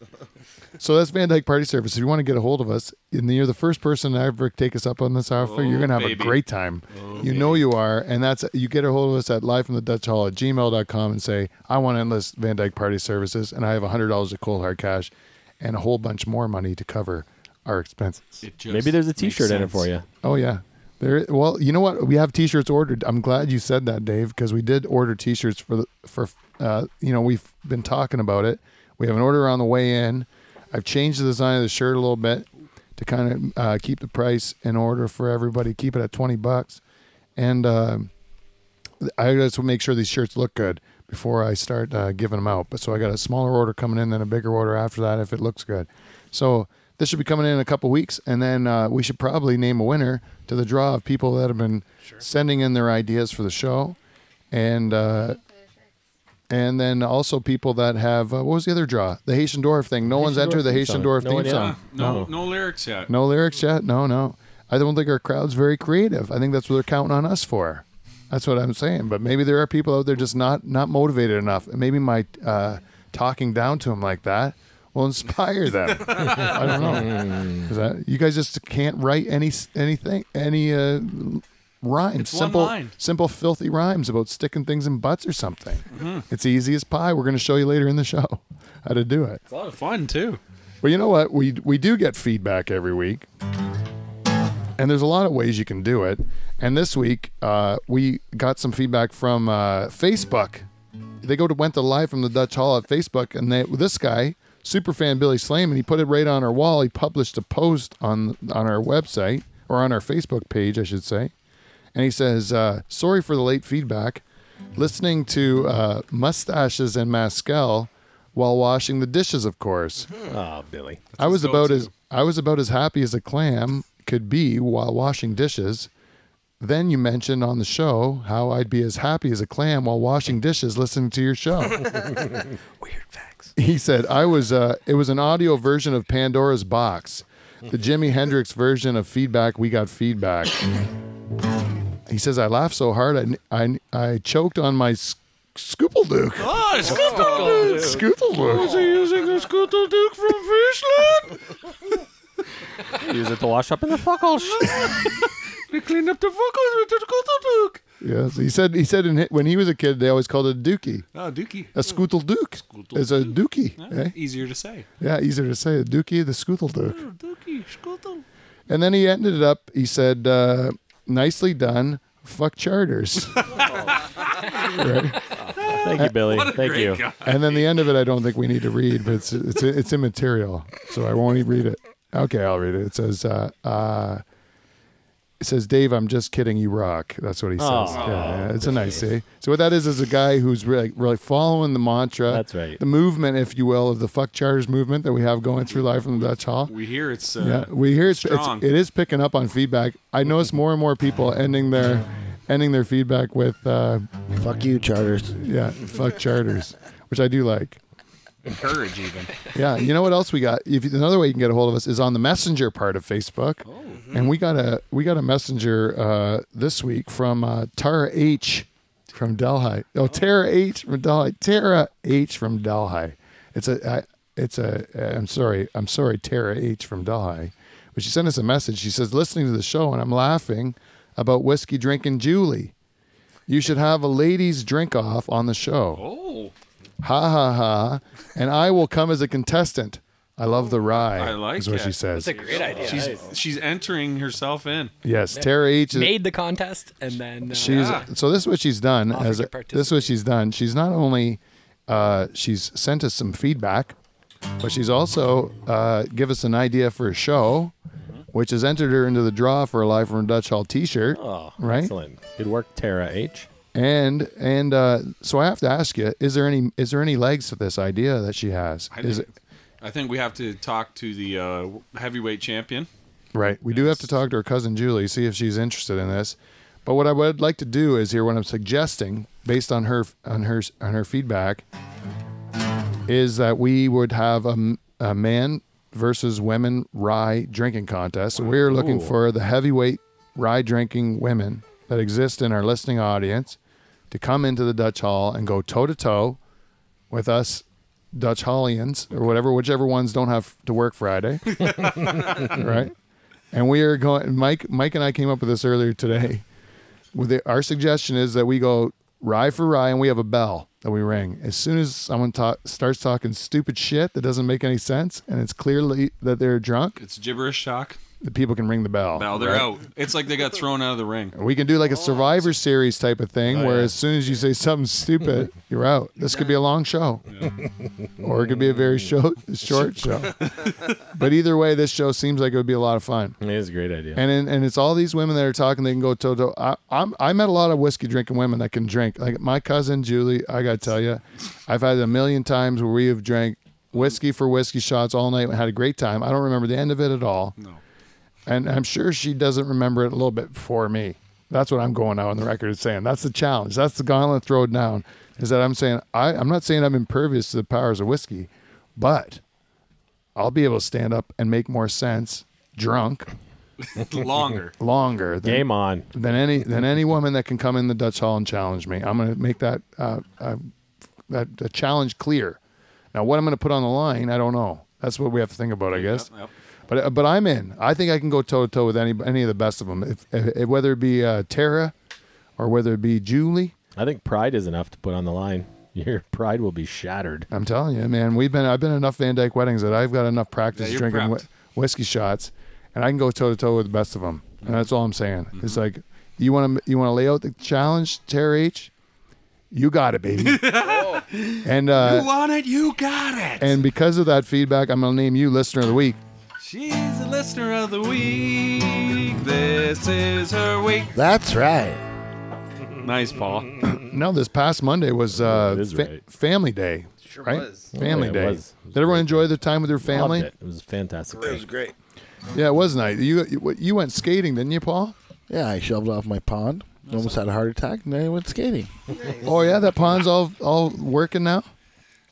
[SPEAKER 3] So that's Van Dyke Party Service. If you want to get a hold of us, and you're the first person to ever take us up on this offer, you're going to have a
[SPEAKER 1] baby.
[SPEAKER 3] great time. you know you are. And that's you get a hold of us at live from the Dutch Hall at gmail.com and say, I want to enlist Van Dyke Party Services, and I have $100 of cold hard cash and a whole bunch more money to cover our expenses.
[SPEAKER 1] It just
[SPEAKER 4] Maybe there's a
[SPEAKER 1] makes
[SPEAKER 4] T-shirt in it
[SPEAKER 1] sense.
[SPEAKER 4] for you.
[SPEAKER 3] Oh, yeah. There, well, you know what? We have T-shirts ordered. I'm glad you said that, Dave, because we did order T-shirts for the for uh, you know we've been talking about it. We have an order on the way in. I've changed the design of the shirt a little bit to kind of uh, keep the price in order for everybody. Keep it at twenty bucks, and um I just want to make sure these shirts look good before I start uh, giving them out. But so I got a smaller order coming in, then a bigger order after that if it looks good. So this should be coming in in a couple weeks, and then uh, we should probably name a winner to the draw of people that have been sending in their ideas for the show, and uh, and then also people that have uh, what was the other draw? The Haitian Dwarf thing. No one's
[SPEAKER 4] Haitian
[SPEAKER 3] entered
[SPEAKER 4] Dwarf
[SPEAKER 3] the
[SPEAKER 4] theme
[SPEAKER 3] Haitian
[SPEAKER 4] song.
[SPEAKER 3] Dwarf
[SPEAKER 4] No
[SPEAKER 3] theme
[SPEAKER 4] one- yeah.
[SPEAKER 3] song.
[SPEAKER 1] No,
[SPEAKER 4] No.
[SPEAKER 1] no lyrics yet.
[SPEAKER 3] No lyrics yet. No, no. I don't think our crowd's very creative. I think that's what they're counting on us for. That's what I'm saying. But maybe there are people out there just not not motivated enough. And maybe my uh, talking down to them like that will inspire them. I don't know. Is that- you guys just can't write any anything any uh, rhymes.
[SPEAKER 1] It's one
[SPEAKER 3] simple
[SPEAKER 1] line.
[SPEAKER 3] simple filthy rhymes about sticking things in butts or something.
[SPEAKER 1] Mm-hmm.
[SPEAKER 3] It's easy as pie. We're going to show you later in the show how to do it.
[SPEAKER 1] It's a lot of fun too.
[SPEAKER 3] Well, you know what? We we do get feedback every week, and there's a lot of ways you can do it. And this week, uh, we got some feedback from uh, Facebook. They go to went to live from the Dutch Hall at Facebook, and they this guy superfan Billy Slayman, he put it right on our wall. He published a post on on our website or on our Facebook page, I should say, and he says, uh, "Sorry for the late feedback. Listening to uh, mustaches and mascal." While washing the dishes, of course.
[SPEAKER 4] Oh, Billy.
[SPEAKER 3] I was
[SPEAKER 1] his
[SPEAKER 3] about
[SPEAKER 1] go-to.
[SPEAKER 3] as I was about as happy as a clam could be while washing dishes. Then you mentioned on the show how I'd be as happy as a clam while washing dishes listening to your show.
[SPEAKER 6] Weird facts.
[SPEAKER 3] he said I was uh, it was an audio version of Pandora's box. The Jimi Hendrix version of feedback we got feedback. he says I laughed so hard I I, I choked on my sc- scoopleduke.
[SPEAKER 1] Oh, it's good.
[SPEAKER 3] Scoopleduke.
[SPEAKER 4] using the Scootle Duke from Fishland? Use it to wash up in the fuckles. they clean up the fuckles with the Scootle Duke.
[SPEAKER 3] Yes, he said he said in, hi- when he was a kid they always called it a dookie.
[SPEAKER 7] Ah,
[SPEAKER 1] Oh, Dookie.
[SPEAKER 3] A scootle duke is a dookie.
[SPEAKER 1] Yeah,
[SPEAKER 3] eh?
[SPEAKER 1] Easier to say.
[SPEAKER 3] Yeah, easier to say. A dookie, the scootle duke.
[SPEAKER 1] Dookie, Scootle.
[SPEAKER 3] And then he ended it up, he said, uh, nicely done. Fuck charters.
[SPEAKER 4] Thank you, Billy. Thank
[SPEAKER 1] great
[SPEAKER 4] you.
[SPEAKER 1] guy.
[SPEAKER 3] and then the end of it, I don't think we need to read, but it's it's it's immaterial, so I won't even read it. Okay, I'll read it. It says, uh, uh, it says, Dave, I'm just kidding. You rock. That's what he says.
[SPEAKER 4] Oh,
[SPEAKER 3] yeah, yeah, it's a nice day. So what that is is a guy who's really, really following the mantra.
[SPEAKER 4] That's right.
[SPEAKER 3] The movement, if you will, of the fuck charters movement that we have going through live from the Dutch Hall.
[SPEAKER 1] We hear it's.
[SPEAKER 3] Yeah,
[SPEAKER 1] Uh,
[SPEAKER 3] we hear it's, it's
[SPEAKER 1] strong.
[SPEAKER 3] it is picking up on feedback. I notice more and more people ending their ending their feedback with uh,
[SPEAKER 2] Fuck you, charters.
[SPEAKER 3] yeah, fuck charters, which I do like.
[SPEAKER 7] encourage even.
[SPEAKER 3] Yeah, you know what else we got? If another way you can get a hold of us is on the messenger part of Facebook,
[SPEAKER 7] Oh.
[SPEAKER 3] and we got a we got a messenger uh, this week from uh, Tara H from Delhi. Oh, Tara H from Delhi. Tara H from Delhi. It's a I, it's a I'm sorry I'm sorry Tara H from Delhi, but she sent us a message. She says listening to the show and I'm laughing about whiskey drinking Julie. You should have a ladies drink off on the show
[SPEAKER 7] Oh,
[SPEAKER 3] ha ha ha, and I will come as a contestant. I love the ride.
[SPEAKER 7] I like
[SPEAKER 3] is what
[SPEAKER 7] it.
[SPEAKER 3] she says.
[SPEAKER 6] That's a great idea.
[SPEAKER 7] she's she's entering herself in.
[SPEAKER 3] yes, Tara H. Is,
[SPEAKER 6] made the contest and then uh,
[SPEAKER 3] she's
[SPEAKER 7] Yeah.
[SPEAKER 3] so this is what she's done.
[SPEAKER 6] Offered
[SPEAKER 3] As
[SPEAKER 6] to
[SPEAKER 3] a, this is what she's done. She's not only uh, she's sent us some feedback, but she's also uh, give us an idea for a show,
[SPEAKER 7] Mm-hmm.
[SPEAKER 3] which has entered her into the draw for a live from Dutch Hall T-shirt.
[SPEAKER 4] Oh,
[SPEAKER 3] Right?
[SPEAKER 4] Excellent. Good work, Tara H.
[SPEAKER 3] And and uh, so I have to ask you: Is there any is there any legs to this idea that she has?
[SPEAKER 7] I
[SPEAKER 3] Is
[SPEAKER 7] think, I think we have to talk to the uh, heavyweight champion.
[SPEAKER 3] Right. We do have to talk to her cousin Julie, see if she's interested in this. But what I would like to do is here what I'm suggesting, based on her on her on her feedback, is that we would have a, m- a man versus women rye drinking contest. So we're looking for the heavyweight rye drinking women that exist in our listening audience to come into the Dutch Hall and go toe to toe with us Dutch Hollians or whatever, whichever ones don't have to work Friday, right? And we are going. Mike, Mike, and I came up with this earlier today. With the, our suggestion is that we go rye for rye, and we have a bell that we ring as soon as someone ta- starts talking stupid shit that doesn't make any sense, and it's clearly that they're drunk.
[SPEAKER 7] It's gibberish shock.
[SPEAKER 3] The people can ring the bell.
[SPEAKER 7] Now they're
[SPEAKER 3] right?
[SPEAKER 7] out. It's like they got thrown out of the ring.
[SPEAKER 3] We can do like a Oh, Survivor Series type of thing, where as soon as you say something stupid, you're out. This could be a long show, or it could be a very show, short show. but either way, this show seems like it would be a lot of fun.
[SPEAKER 4] It is a great idea.
[SPEAKER 3] And in, and it's all these women that are talking. They can go toe to. I I'm, I met a lot of whiskey drinking women that can drink. Like my cousin Julie, I gotta tell you, I've had a million times where we have drank whiskey for whiskey shots all night and had a great time. I don't remember the end of it at all.
[SPEAKER 7] No.
[SPEAKER 3] And I'm sure she doesn't remember it a little bit before me. That's what I'm going out on the record as saying. That's the challenge. That's the gauntlet thrown down. Is that I'm saying I, I'm not saying I'm impervious to the powers of whiskey, but I'll be able to stand up and make more sense drunk
[SPEAKER 7] Longer.
[SPEAKER 3] longer than
[SPEAKER 4] Game on.
[SPEAKER 3] than any than any woman that can come in the Dutch Hall and challenge me. I'm going to make that uh, uh, that a challenge clear. Now, what I'm going to put on the line, I don't know. That's what we have to think about, I guess.
[SPEAKER 7] Yep, yep.
[SPEAKER 3] But uh, but I'm in. I think I can go toe to toe with any any of the best of them, if, if, whether it be uh, Tara or whether it be Julie.
[SPEAKER 4] I think pride is enough to put on the line. Your pride will be shattered.
[SPEAKER 3] I'm telling you, man. We've been I've been enough Van Dyke weddings that I've got enough practice
[SPEAKER 7] Yeah, you're
[SPEAKER 3] drinking
[SPEAKER 7] prepped.
[SPEAKER 3] whi- whiskey shots, and I can go toe to toe with the best of them. And that's all I'm saying.
[SPEAKER 7] Mm-hmm.
[SPEAKER 3] It's like you want to you want to lay out the challenge, Terry H. You got it, baby. and
[SPEAKER 7] You
[SPEAKER 3] uh,
[SPEAKER 7] want it? You got it.
[SPEAKER 3] and because of that feedback, I'm gonna name you listener of the week.
[SPEAKER 7] She's the listener of the week. This is her week.
[SPEAKER 2] That's right.
[SPEAKER 7] Nice, Paul.
[SPEAKER 3] No, this past Monday was uh,
[SPEAKER 4] It is
[SPEAKER 3] fa-
[SPEAKER 4] right.
[SPEAKER 3] Family Day, right?
[SPEAKER 5] was.
[SPEAKER 3] Family
[SPEAKER 4] Yeah, it
[SPEAKER 3] Day.
[SPEAKER 4] was. It was
[SPEAKER 3] Did everyone enjoy their time with their family?
[SPEAKER 4] Loved it. It was fantastic.
[SPEAKER 2] It was great.
[SPEAKER 3] Yeah, it was nice. You you- you went skating, didn't you, Paul?
[SPEAKER 2] Yeah, I shoved off my pond. Almost had a heart attack, and then I went skating.
[SPEAKER 3] Oh yeah, that pond's all all working now.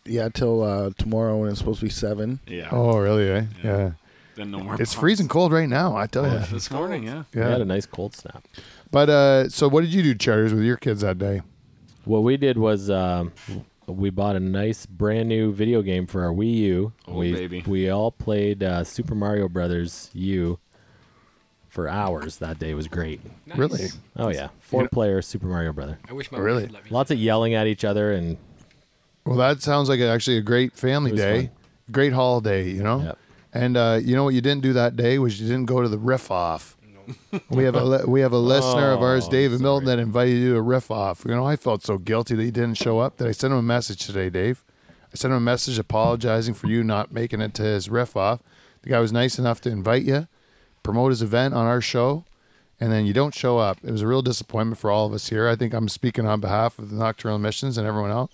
[SPEAKER 2] Yeah, till uh, tomorrow when it's supposed to be seven.
[SPEAKER 7] Yeah.
[SPEAKER 3] Oh, really? Eh? Yeah.
[SPEAKER 7] Then no more.
[SPEAKER 3] It's
[SPEAKER 7] puns.
[SPEAKER 3] freezing cold right now, I tell you.
[SPEAKER 7] This morning, yeah.
[SPEAKER 4] We
[SPEAKER 3] Yeah.
[SPEAKER 4] had a nice cold snap.
[SPEAKER 3] But uh, so what did you do, Charters, with your kids that day?
[SPEAKER 4] What we did was um, we bought a nice brand new video game for our Wii U.
[SPEAKER 7] Oh,
[SPEAKER 4] we,
[SPEAKER 7] baby.
[SPEAKER 4] We all played uh, Super Mario Brothers U for hours that day. It was great.
[SPEAKER 6] nice.
[SPEAKER 3] Really?
[SPEAKER 4] Oh yeah, four player Super Mario Brother.
[SPEAKER 6] I wish my
[SPEAKER 3] Really?
[SPEAKER 6] really would let me.
[SPEAKER 4] Lots of yelling at each other and
[SPEAKER 3] Well, that sounds like actually a great family
[SPEAKER 4] It was
[SPEAKER 3] day,
[SPEAKER 4] fun.
[SPEAKER 3] great holiday, you know?
[SPEAKER 4] Yep.
[SPEAKER 3] And uh, you know what you didn't do that day was you didn't go to the riff off. we have a li- we have a listener of ours,
[SPEAKER 4] Oh,
[SPEAKER 3] David
[SPEAKER 4] sorry.
[SPEAKER 3] Milton, that invited you to a riff off. You know, I felt so guilty that he didn't show up that I sent him a message today, Dave. I sent him a message apologizing for you not making it to his riff off. The guy was nice enough to invite you, promote his event on our show, and then you don't show up. It was a real disappointment for all of us here. I think I'm speaking on behalf of the Nocturnal Missions and everyone else.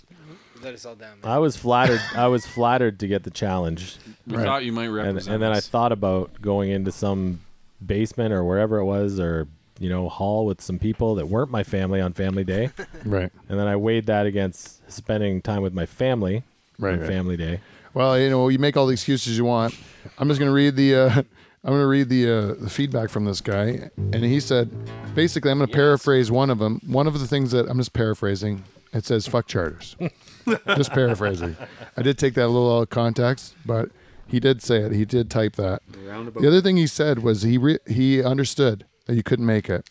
[SPEAKER 5] Let us all down.
[SPEAKER 4] I was flattered. I was flattered to get the challenge,
[SPEAKER 7] We
[SPEAKER 3] Right.
[SPEAKER 7] thought you might
[SPEAKER 4] and
[SPEAKER 7] represent.
[SPEAKER 4] and then I
[SPEAKER 7] us.
[SPEAKER 4] thought about going into some basement or wherever it was, or you know, hall with some people that weren't my family on Family Day.
[SPEAKER 3] Right.
[SPEAKER 4] And then I weighed that against spending time with my family
[SPEAKER 3] Right,
[SPEAKER 4] on
[SPEAKER 3] right.
[SPEAKER 4] Family Day.
[SPEAKER 3] Well, you know, you make all the excuses you want. I'm just going to read the uh, I'm going to read the uh, the feedback from this guy, and he said, basically, I'm going to paraphrase one of them. One of the things that I'm just paraphrasing. It says "fuck charters." just paraphrasing. I did take that a little out of context, but he did say it. He did type that. The other thing he said was he re- he understood that you couldn't make it.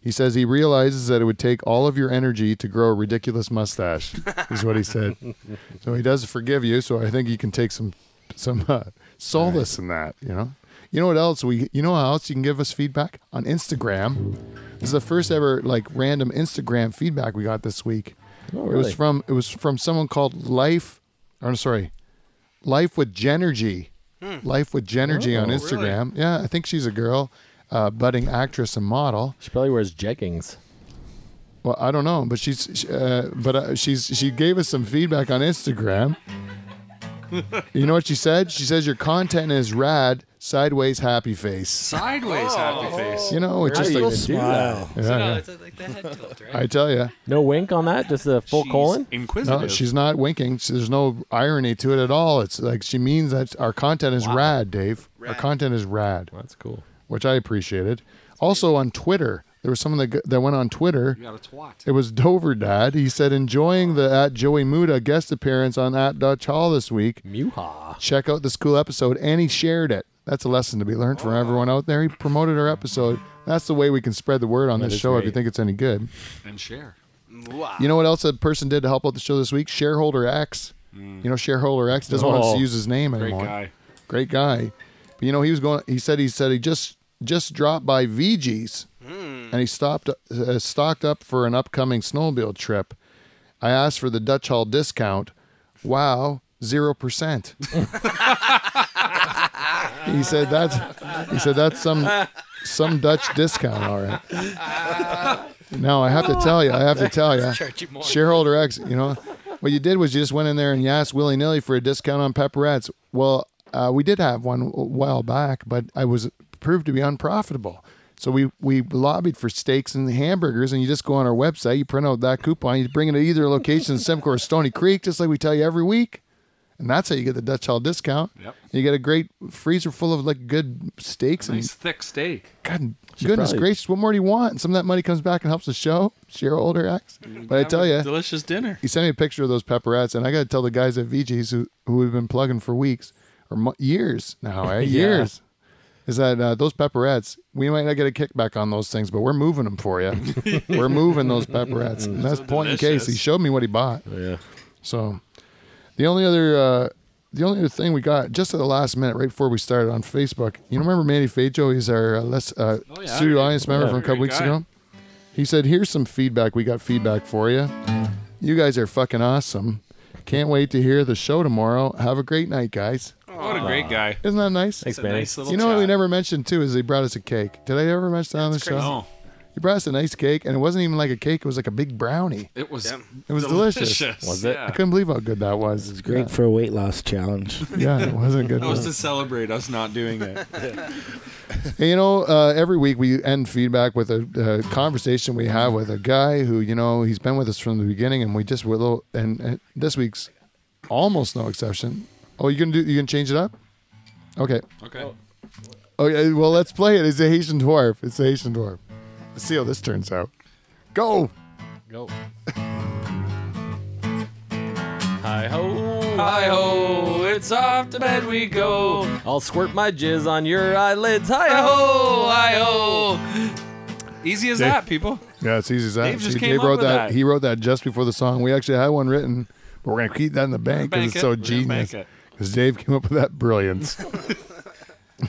[SPEAKER 3] He says he realizes that it would take all of your energy to grow a ridiculous mustache. is what he said. So he does forgive you. So I think you can take some some uh, solace in that. You know. You know what else we? You know how else you can give us feedback on Instagram. This is the first ever like random Instagram feedback we got this week. It was
[SPEAKER 4] really?
[SPEAKER 3] from it was from someone called Life. Or I'm sorry, Life with Genergy. Life with Genergy on Instagram. Yeah, I think she's a girl, uh, budding actress and model.
[SPEAKER 4] She probably wears jeggings.
[SPEAKER 3] Well, I don't know, but she's sh- uh, but uh, she's she gave us some feedback on Instagram. you know what she said? She says your content is rad, sideways happy face.
[SPEAKER 7] Sideways happy face.
[SPEAKER 3] You know, it's
[SPEAKER 4] How
[SPEAKER 3] just
[SPEAKER 4] do you
[SPEAKER 3] like
[SPEAKER 4] even do that?
[SPEAKER 3] yeah, yeah.
[SPEAKER 7] it's like the head tilt, right?
[SPEAKER 3] I tell you,
[SPEAKER 4] No wink on that. Just a full
[SPEAKER 7] She's
[SPEAKER 4] colon.
[SPEAKER 7] Inquisitive.
[SPEAKER 3] no, she's not winking. She- There's no irony to it at all. It's like she means that our content is rad, Dave. Our
[SPEAKER 5] Rad.
[SPEAKER 3] content is rad,
[SPEAKER 4] That's cool.
[SPEAKER 3] which I appreciated. Also on Twitter, there was someone that g- that went on Twitter
[SPEAKER 7] you got a twat.
[SPEAKER 3] It was Dover Dad. He said, enjoying the at Joey Muda guest appearance on at Dutch Hall this week.
[SPEAKER 4] Muha.
[SPEAKER 3] Check out this cool episode. And he shared it. That's a lesson to be learned from everyone out there. He promoted our episode. That's the way we can spread the word on this
[SPEAKER 4] is
[SPEAKER 3] show if you
[SPEAKER 4] great.
[SPEAKER 3] think it's any good.
[SPEAKER 7] And share.
[SPEAKER 5] Mwah.
[SPEAKER 3] You know what else that person did to help out the show this week? Shareholder X. You know, Shareholder X doesn't want us
[SPEAKER 4] Oh.
[SPEAKER 3] to use his name
[SPEAKER 7] Great
[SPEAKER 3] anymore
[SPEAKER 7] guy.
[SPEAKER 3] great guy. But you know, he was going. He said he said he just just dropped by VG's, and he stopped uh, stocked up for an upcoming snowmobile trip. I asked for the Dutch Hall discount. Wow, zero percent. he said that's he said that's some some Dutch discount. All right. No, I have to tell you. I have to tell you. Shareholder X, you know, what you did was you just went in there and you asked willy nilly for a discount on pepperettes. Well, uh, we did have one a while back, but I was proved to be unprofitable. So we we lobbied for steaks and hamburgers, and you just go on our website, you print out that coupon, you bring it to either location, Simcoe or Stony Creek, just like we tell you every week. And that's how you get the Dutch Hall discount.
[SPEAKER 7] Yep.
[SPEAKER 3] You get a great freezer full of like good steaks and
[SPEAKER 7] Nice thick steak.
[SPEAKER 3] God, goodness
[SPEAKER 4] probably-
[SPEAKER 3] gracious, what more do you want? And some of that money comes back and helps the show, shareholder acts. But I
[SPEAKER 7] Mm-hmm. Have
[SPEAKER 3] tell
[SPEAKER 7] a
[SPEAKER 3] you,
[SPEAKER 7] Delicious dinner.
[SPEAKER 3] he sent me a picture of those pepperettes, and I got to tell the guys at VG's who, who we've been plugging for weeks or mo- years now, right?
[SPEAKER 4] Yeah.
[SPEAKER 3] Years. Is that uh, those pepperettes? We might not get a kickback on those things, but we're moving them for you. we're moving those pepperettes. And that's point in case.
[SPEAKER 7] delicious.
[SPEAKER 3] He showed me what he bought.
[SPEAKER 4] Yeah.
[SPEAKER 3] So the only other uh, the only other thing we got just at the last minute, right before we started on Facebook, you remember Manny Fajo? He's our uh, less, uh,
[SPEAKER 7] Oh, yeah.
[SPEAKER 3] studio audience member
[SPEAKER 4] Yeah.
[SPEAKER 3] from a couple
[SPEAKER 7] Great
[SPEAKER 3] weeks
[SPEAKER 7] guy.
[SPEAKER 3] ago. He said, "Here's some feedback. We got feedback for you. You guys are fucking awesome. Can't wait to hear the show tomorrow. Have a great night, guys.
[SPEAKER 7] What a great guy.
[SPEAKER 3] Isn't that nice?
[SPEAKER 4] Thanks,
[SPEAKER 7] It's a
[SPEAKER 4] Manny.
[SPEAKER 7] nice little
[SPEAKER 3] You know what we
[SPEAKER 7] chat.
[SPEAKER 3] never mentioned too is they brought us a cake. Did I ever mention that on the show?
[SPEAKER 7] No,
[SPEAKER 3] He brought us a nice cake, and it wasn't even like a cake. It was like a big brownie.
[SPEAKER 7] it was.
[SPEAKER 5] Yeah.
[SPEAKER 3] It was delicious.
[SPEAKER 4] Was it?
[SPEAKER 7] Yeah.
[SPEAKER 3] I couldn't believe how good that was. It's
[SPEAKER 2] Great for a weight loss challenge.
[SPEAKER 3] Yeah, it wasn't good.
[SPEAKER 7] That was to celebrate us not doing it.
[SPEAKER 3] Hey, you know, uh, every week we end feedback with a, uh conversation we have with a guy who, you know, he's been with us from the beginning, and we just were a little. And, and this week's almost no exception. Oh, you gonna do? You gonna change it up? Okay.
[SPEAKER 7] Okay.
[SPEAKER 3] Okay. Well, let's play it. It's a Haitian dwarf. It's a Haitian dwarf. Let's see how this turns out. Go.
[SPEAKER 4] Go. Hi ho.
[SPEAKER 7] Hi ho, it's off to bed we go.
[SPEAKER 4] I'll squirt my jizz on your eyelids. Hi ho.
[SPEAKER 7] Oh, hi ho. Easy as that, people.
[SPEAKER 3] Yeah, it's easy as that.
[SPEAKER 7] Dave just
[SPEAKER 3] See,
[SPEAKER 7] came up
[SPEAKER 3] wrote
[SPEAKER 7] with that.
[SPEAKER 3] He wrote that just before the song. We actually had one written, but we're gonna keep that in the bank
[SPEAKER 7] Bank
[SPEAKER 3] because it's
[SPEAKER 7] it.
[SPEAKER 3] so
[SPEAKER 7] We're gonna
[SPEAKER 3] genius.
[SPEAKER 7] bank
[SPEAKER 3] Because Dave came up with that brilliance.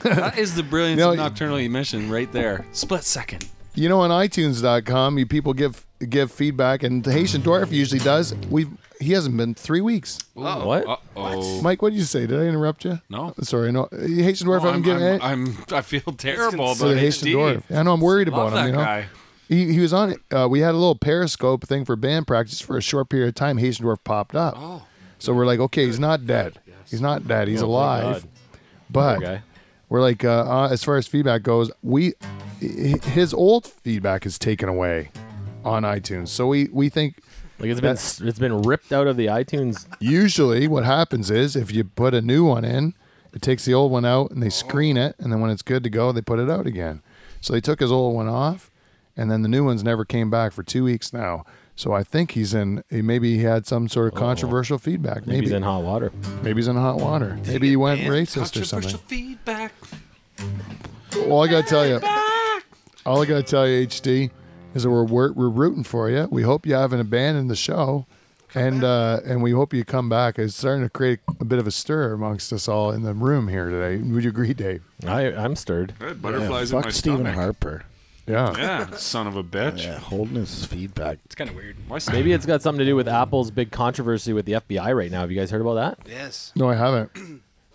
[SPEAKER 7] That is the brilliance
[SPEAKER 3] You know,
[SPEAKER 7] of nocturnal emission right there. Split second.
[SPEAKER 3] You know, on iTunes.com, you people give give feedback, and the Haitian Dwarf usually does. We he hasn't been three weeks.
[SPEAKER 4] What?
[SPEAKER 7] oh.
[SPEAKER 3] Mike, what did you say? Did I interrupt you?
[SPEAKER 7] No.
[SPEAKER 3] Sorry, no. Haitian Dwarf,
[SPEAKER 7] I'm,
[SPEAKER 3] I'm,
[SPEAKER 7] I'm,
[SPEAKER 3] getting
[SPEAKER 7] I'm, I feel terrible
[SPEAKER 3] for
[SPEAKER 7] about
[SPEAKER 3] the Haitian
[SPEAKER 7] HD.
[SPEAKER 3] Dwarf. I know I'm worried
[SPEAKER 7] Love
[SPEAKER 3] about
[SPEAKER 7] that
[SPEAKER 3] him. You know,
[SPEAKER 7] guy.
[SPEAKER 3] he he was on. Uh, we had a little Periscope thing for band practice for a short period of time. Haitian Dwarf popped up.
[SPEAKER 7] Oh.
[SPEAKER 3] So we're like, okay, he's not dead. He's not dead. He's alive.
[SPEAKER 4] Oh, God.
[SPEAKER 3] But
[SPEAKER 4] Okay.
[SPEAKER 3] we're like, uh, uh, as far as feedback goes, we hi- his old feedback is taken away on iTunes. So we we think
[SPEAKER 4] Like it's been s- it's been ripped out of the iTunes.
[SPEAKER 3] Usually, what happens is if you put a new one in, it takes the old one out
[SPEAKER 4] Oh.
[SPEAKER 3] and they screen it, and then when it's good to go, they put it out again. So they took his old one off, and then the new ones never came back for two weeks now. So I think he's in. he- Maybe he had some sort of controversial feedback.
[SPEAKER 4] Oh. Maybe
[SPEAKER 3] Maybe
[SPEAKER 4] he's in hot water.
[SPEAKER 3] Maybe he's in hot water. Maybe he went racist or something.
[SPEAKER 7] Controversial feedback.
[SPEAKER 3] Well, I gotta tell you, all I gotta tell you, HD, is that we're we're, we're rooting for you. We hope you haven't abandoned the show, and uh, and we hope you come back. It's starting to create a bit of a stir amongst us all in the room here today. Would you agree, Dave?
[SPEAKER 4] I I'm stirred.
[SPEAKER 7] I had butterflies in my
[SPEAKER 2] Fuck Stephen
[SPEAKER 7] stomach.
[SPEAKER 2] Harper.
[SPEAKER 3] Yeah.
[SPEAKER 7] Yeah, son of a bitch.
[SPEAKER 2] Yeah, holding his feedback.
[SPEAKER 6] It's kind of weird.
[SPEAKER 7] Why Stephen?
[SPEAKER 4] Maybe it's got something to do with Apple's big controversy with the FBI right now. Have you guys heard about that?
[SPEAKER 5] Yes.
[SPEAKER 3] No, I haven't.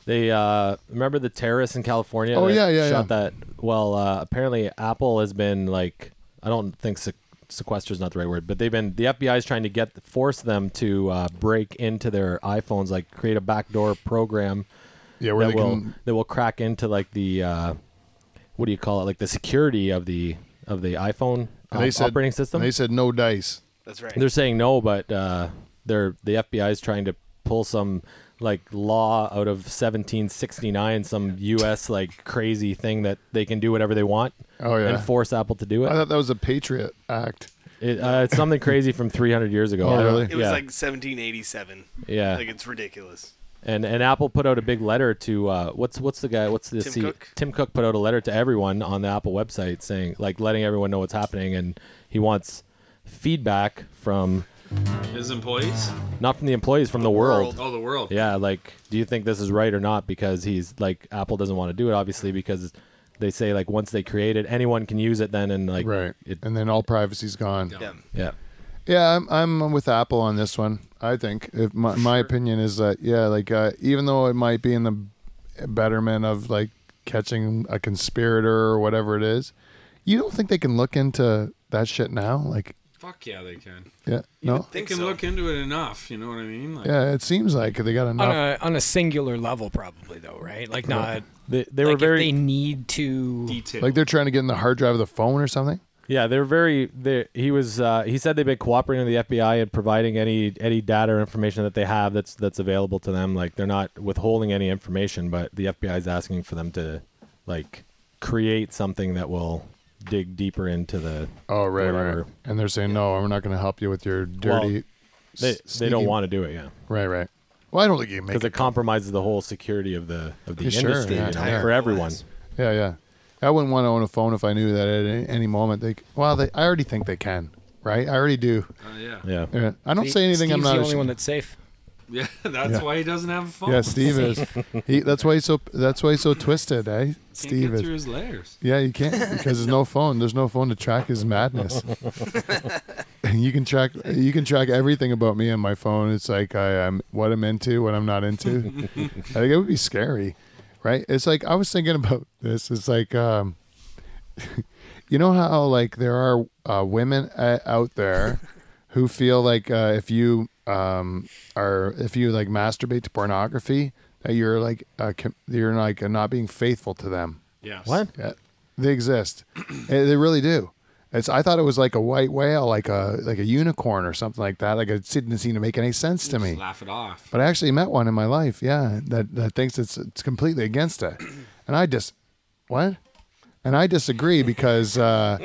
[SPEAKER 4] They uh, remember the terrorists in California.
[SPEAKER 3] Oh,
[SPEAKER 4] that
[SPEAKER 3] yeah, yeah,
[SPEAKER 4] Shot
[SPEAKER 3] yeah.
[SPEAKER 4] that. Well, uh, apparently Apple has been like, I don't think se- sequester is not the right word, but they've been the FBI is trying to get force them to uh, break into their iPhones, like create a backdoor program
[SPEAKER 3] Yeah, where
[SPEAKER 4] that
[SPEAKER 3] they
[SPEAKER 4] will
[SPEAKER 3] can.
[SPEAKER 4] that will crack into like the uh, what do you call it, like the security of the of the iPhone
[SPEAKER 3] and
[SPEAKER 4] uh,
[SPEAKER 3] they said,
[SPEAKER 4] operating system.
[SPEAKER 3] and They said no dice.
[SPEAKER 5] That's right.
[SPEAKER 4] They're saying no, but uh, they're the FBI is trying to pull some like law out of 1769, some U.S. like crazy thing that they can do whatever they want.
[SPEAKER 3] Oh, yeah.
[SPEAKER 4] and force Apple to do
[SPEAKER 3] I
[SPEAKER 4] it.
[SPEAKER 3] thought that was a Patriot Act.
[SPEAKER 4] it uh, it's something crazy from 300 years ago.
[SPEAKER 3] Oh,
[SPEAKER 4] I don't-
[SPEAKER 3] really?
[SPEAKER 5] It was
[SPEAKER 4] yeah,
[SPEAKER 5] like 1787.
[SPEAKER 4] yeah.
[SPEAKER 5] Like it's ridiculous.
[SPEAKER 4] and and Apple put out a big letter to uh, what's what's the guy? What's the
[SPEAKER 5] Tim
[SPEAKER 4] C-
[SPEAKER 5] Cook?
[SPEAKER 4] Tim Cook put out a letter to everyone on the Apple website saying like letting everyone know what's happening, and he wants feedback from
[SPEAKER 7] His employees?
[SPEAKER 4] not from the employees from the, world.
[SPEAKER 7] Oh, the world.
[SPEAKER 4] Yeah, like, do you think this is right or not? Because he's like, Apple doesn't want to do it, obviously, because they say like once they create it, anyone can use it. Then and like,
[SPEAKER 3] Right.
[SPEAKER 4] it,
[SPEAKER 3] and then all privacy's gone.
[SPEAKER 5] Yeah.
[SPEAKER 4] yeah,
[SPEAKER 3] Yeah, I'm I'm with Apple on this one. I think if my my opinion is that yeah, like uh, even though it might be in the betterment of like catching a conspirator or whatever it is, you don't think they can look into that shit now? Like
[SPEAKER 7] Fuck yeah, they can.
[SPEAKER 3] yeah, no,
[SPEAKER 7] They
[SPEAKER 5] Think
[SPEAKER 7] can
[SPEAKER 5] so.
[SPEAKER 7] look into it enough. You know what I mean? Like,
[SPEAKER 3] yeah, it seems like they got
[SPEAKER 6] On
[SPEAKER 3] enough.
[SPEAKER 6] a, on a singular level, probably though, right? Like not.
[SPEAKER 4] they, they
[SPEAKER 6] like
[SPEAKER 4] were
[SPEAKER 6] if
[SPEAKER 4] very,
[SPEAKER 6] They need to.
[SPEAKER 7] Detail.
[SPEAKER 3] Like they're trying to get in the hard drive of the phone or something.
[SPEAKER 4] yeah, they were very. They, he was, uh, he said they've been cooperating with the FBI and providing any any data or information that they have that's that's available to them. Like they're not withholding any information, but the FBI is asking for them to like create something that will dig deeper into the.
[SPEAKER 3] Oh right,
[SPEAKER 4] Whatever.
[SPEAKER 3] right. And they're saying no, we're not going to help you with your dirty.
[SPEAKER 4] They,
[SPEAKER 3] s-
[SPEAKER 4] they don't
[SPEAKER 3] sneaky-"
[SPEAKER 4] want to do it, yeah.
[SPEAKER 3] Right, right. Well, I don't think you make
[SPEAKER 4] because
[SPEAKER 3] it
[SPEAKER 4] it compromises the whole security of the of the
[SPEAKER 3] Yeah, sure,
[SPEAKER 4] industry
[SPEAKER 3] yeah,
[SPEAKER 4] you know,
[SPEAKER 3] yeah.
[SPEAKER 4] for everyone.
[SPEAKER 3] Yeah, yeah. I wouldn't want to own a phone if I knew that at any, any moment they. c- Well, they, I already think they can, right? I already do.
[SPEAKER 7] Uh, yeah. yeah.
[SPEAKER 4] Yeah,
[SPEAKER 3] Yeah. I don't say anything.
[SPEAKER 6] Steve's
[SPEAKER 3] I'm not.
[SPEAKER 6] the only
[SPEAKER 3] ashamed-
[SPEAKER 6] one that's safe.
[SPEAKER 7] that's
[SPEAKER 3] Yeah.
[SPEAKER 7] why he doesn't have a phone.
[SPEAKER 3] yeah, Steve is. He, that's why he's so. That's why he's so twisted, eh?
[SPEAKER 7] Can't
[SPEAKER 3] Steve
[SPEAKER 7] get
[SPEAKER 3] is.
[SPEAKER 7] through his layers.
[SPEAKER 3] Yeah, you can't because there's no phone. There's no phone to track his madness. you can track. You can track everything about me on my phone. It's like I am what I'm into, what I'm not into. I think it would be scary, right? It's like I was thinking about this. It's like, um, you know how like there are uh, women uh, out there who feel like uh, if you um, are if you like masturbate to pornography that you're like uh, com- you're like not being faithful to them.
[SPEAKER 7] Yes.
[SPEAKER 4] What?
[SPEAKER 3] Yeah, they exist. Eh, they really do. It's. I thought it was like a white whale, like a like a unicorn or something like that. Like it didn't seem to make any sense to me.
[SPEAKER 7] Just laugh it off.
[SPEAKER 3] But I actually met one in my life. Yeah, that that thinks it's it's completely against it, and I just what? And I disagree because uh,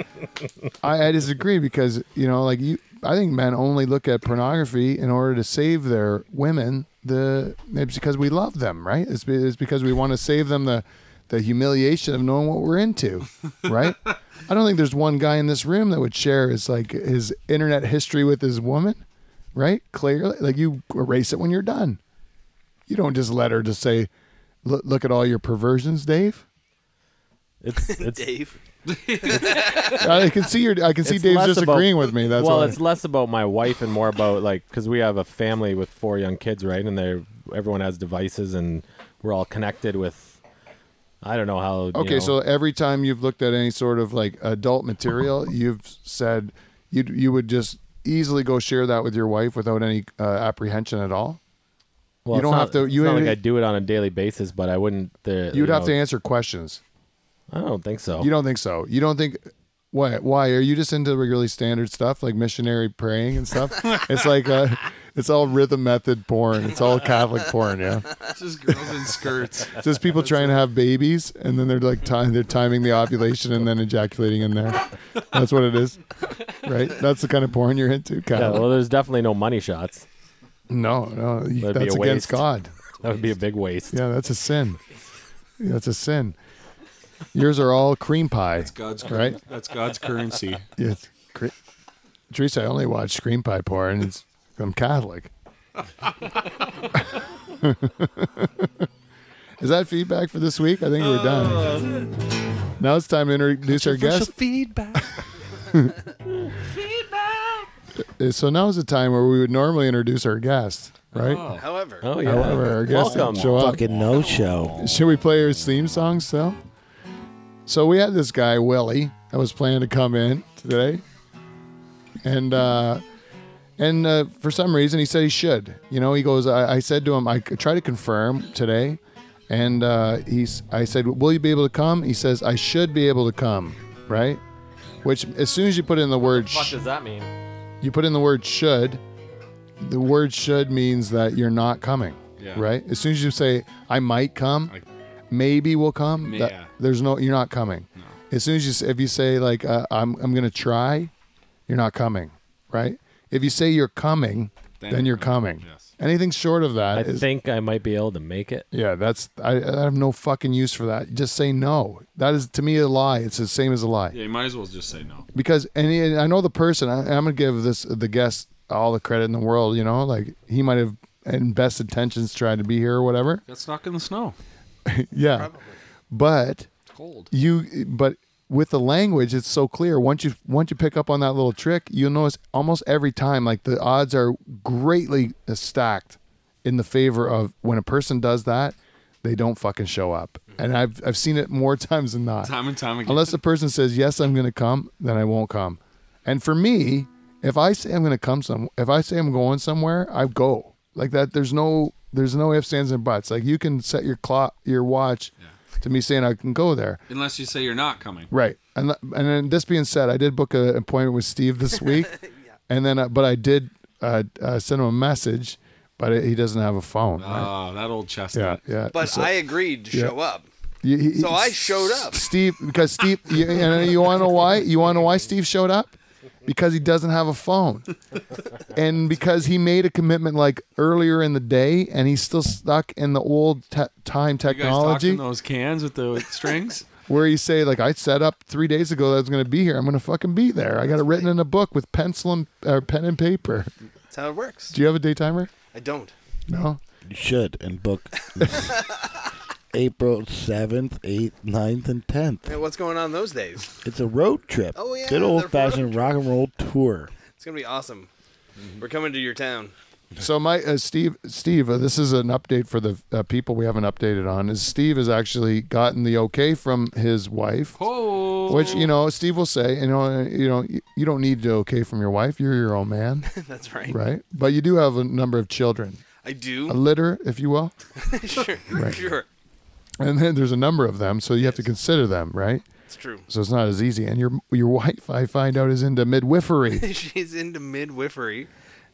[SPEAKER 3] I, I disagree because you know, like you, I think men only look at pornography in order to save their women. The it's because we love them, right? It's, be- it's because we want to save them the the humiliation of knowing what we're into, right? I don't think there's one guy in this room that would share his like his internet history with his woman, right? Clearly, like you erase it when you're done. You don't just let her just say, "Look, look at all your perversions, Dave."
[SPEAKER 4] it's it's
[SPEAKER 5] Dave.
[SPEAKER 3] I can see your. I can see
[SPEAKER 4] It's
[SPEAKER 3] Dave's
[SPEAKER 4] less
[SPEAKER 3] just
[SPEAKER 4] about-
[SPEAKER 3] agreeing with me. That's
[SPEAKER 4] well,
[SPEAKER 3] why.
[SPEAKER 4] it's less about my wife and more about like because we have a family with four young kids, right? And they are everyone has devices, and we're all connected with. I don't know how. you
[SPEAKER 3] okay.
[SPEAKER 4] know-
[SPEAKER 3] So every time you've looked at any sort of like adult material, you've said you you would just easily go share that with your wife without any uh, apprehension at all. you
[SPEAKER 4] well, it's
[SPEAKER 3] don't
[SPEAKER 4] not-
[SPEAKER 3] have to-
[SPEAKER 4] It's
[SPEAKER 3] you
[SPEAKER 4] not like
[SPEAKER 3] ain't-
[SPEAKER 4] I do it on a daily basis, but I wouldn't. The,
[SPEAKER 3] You'd
[SPEAKER 4] you
[SPEAKER 3] have to
[SPEAKER 4] know,
[SPEAKER 3] answer questions.
[SPEAKER 4] I don't think so.
[SPEAKER 3] You don't think so? You don't think Why? Why are you just into regularly standard stuff like missionary praying and stuff? it's like uh it's all rhythm method porn. It's all Catholic porn. Yeah,
[SPEAKER 7] It's just girls in skirts.
[SPEAKER 3] It's just people trying to have babies and then they're like time they're timing the ovulation and then ejaculating in there. That's what it is, right? That's the kind of porn you're into,
[SPEAKER 4] Yeah,
[SPEAKER 3] Catholic.
[SPEAKER 4] well, there's definitely no money shots.
[SPEAKER 3] no, no, you-
[SPEAKER 4] That'd be
[SPEAKER 3] that's
[SPEAKER 4] a
[SPEAKER 3] against
[SPEAKER 4] waste.
[SPEAKER 3] God.
[SPEAKER 4] That would be a big waste.
[SPEAKER 3] Yeah, that's a sin. That's a sin. Yours are all cream pie,
[SPEAKER 7] God's cur-
[SPEAKER 3] right?
[SPEAKER 7] That's God's currency.
[SPEAKER 3] Yes. Cre- Teresa, I only watch screen pie porn. It's, I'm Catholic. Is that feedback for this week? I think we're done. Now it's time to introduce our guest.
[SPEAKER 7] feedback.
[SPEAKER 3] Uh, So now is the time where we would normally introduce our guest, right?
[SPEAKER 5] However,
[SPEAKER 4] Oh yeah.
[SPEAKER 3] However, our guest didn't
[SPEAKER 4] Welcome.
[SPEAKER 3] show up.
[SPEAKER 8] Fucking no show.
[SPEAKER 3] Should we play his theme song still? So we had this guy Willie that was planning to come in today, and uh, and uh, for some reason he said he should. You know, he goes. I, I said to him, I try to confirm today, and uh, he's. I said, will you be able to come? He says, I should be able to come, right? Which as soon as you put in the word,
[SPEAKER 4] What
[SPEAKER 3] sh-
[SPEAKER 4] does that mean?
[SPEAKER 3] you put in the word should. The word should means that you're not coming,
[SPEAKER 7] Yeah.
[SPEAKER 3] right? As soon as you say, I might come maybe we'll come.
[SPEAKER 7] May-
[SPEAKER 3] that-
[SPEAKER 7] yeah.
[SPEAKER 3] There's no, you're not coming. As soon as you, s- if you say like, uh, I'm, I'm gonna try, you're not coming, right? If you say you're coming, then,
[SPEAKER 7] Then you're
[SPEAKER 3] you're coming.
[SPEAKER 7] yes.
[SPEAKER 3] Anything short of that
[SPEAKER 4] I
[SPEAKER 3] is-
[SPEAKER 4] think I might be able to make it.
[SPEAKER 3] yeah, that's I, I have no fucking use for that. Just say no. That is to me a lie. It's the same as a lie
[SPEAKER 7] Yeah, you might as well just say no.
[SPEAKER 3] because and, he- and I know the person. I, I'm gonna give this the guest all the credit in the world. You know, like he might have in best intentions tried to be here or whatever.
[SPEAKER 7] Got stuck in the snow.
[SPEAKER 3] Yeah, but
[SPEAKER 7] Cold.
[SPEAKER 3] you but with the language it's so clear once you once you pick up on that little trick you'll notice almost every time like the odds are greatly stacked in the favor of when a person does that they don't fucking show up and i've i've seen it more times than not
[SPEAKER 7] Time and time again.
[SPEAKER 3] unless the person says yes i'm gonna come then i won't come and for me if i say i'm gonna come some if i say i'm going somewhere i go like that there's no there's no ifs ands and buts like you can set your clock your watch to me saying i can go there
[SPEAKER 7] Unless you say you're not coming.
[SPEAKER 3] Right. And th- and then this being said, I did book an appointment with Steve this week, and then uh, but I did uh, uh, send him a message, but he doesn't have a phone. right?
[SPEAKER 7] Oh, that old
[SPEAKER 3] Yeah,
[SPEAKER 7] chestnut.
[SPEAKER 3] yeah.
[SPEAKER 5] but
[SPEAKER 3] So-
[SPEAKER 5] I agreed to
[SPEAKER 3] yeah.
[SPEAKER 5] show up.
[SPEAKER 3] you- he-
[SPEAKER 5] so I showed up.
[SPEAKER 3] Steve, because Steve, you, and you want to know why? You want to know why Steve showed up? Because he doesn't have a phone, and because he made a commitment like earlier in the day, and he's still stuck in the old te-
[SPEAKER 7] You
[SPEAKER 3] time
[SPEAKER 7] guys talked
[SPEAKER 3] technology
[SPEAKER 7] in those cans with the strings.
[SPEAKER 3] where you say like I set up three days ago that I was going to be here. I'm going to fucking be there. I got it written in a book with pencil and or pen and paper.
[SPEAKER 5] That's how it works.
[SPEAKER 3] Do you have a day timer?
[SPEAKER 5] I don't.
[SPEAKER 3] No.
[SPEAKER 8] You should and book April 7th, 8th, 9th, and 10th.
[SPEAKER 5] Man, what's going on those days?
[SPEAKER 8] It's a road trip.
[SPEAKER 5] Oh, yeah,
[SPEAKER 8] Good
[SPEAKER 5] the
[SPEAKER 8] old fashioned
[SPEAKER 5] road
[SPEAKER 8] rock and roll tour.
[SPEAKER 5] It's gonna be awesome. We're coming to your town.
[SPEAKER 3] So my uh, Steve, Steve, uh, this is an update for the uh, people we haven't updated on. Is Steve has actually gotten the okay from his wife,
[SPEAKER 7] Oh.
[SPEAKER 3] which you know Steve will say, you know, uh, you know, you, you don't need the okay from your wife. You're your own man,
[SPEAKER 5] That's right.
[SPEAKER 3] right? But you do have a number of children,
[SPEAKER 5] I
[SPEAKER 3] a
[SPEAKER 5] do.
[SPEAKER 3] litter, if you will.
[SPEAKER 5] sure. Sure.
[SPEAKER 3] And then there's a number of them, so you have to consider them, right?
[SPEAKER 5] It's true.
[SPEAKER 3] so it's not as easy. And your your wife, I find out, is into midwifery.
[SPEAKER 5] She's into midwifery,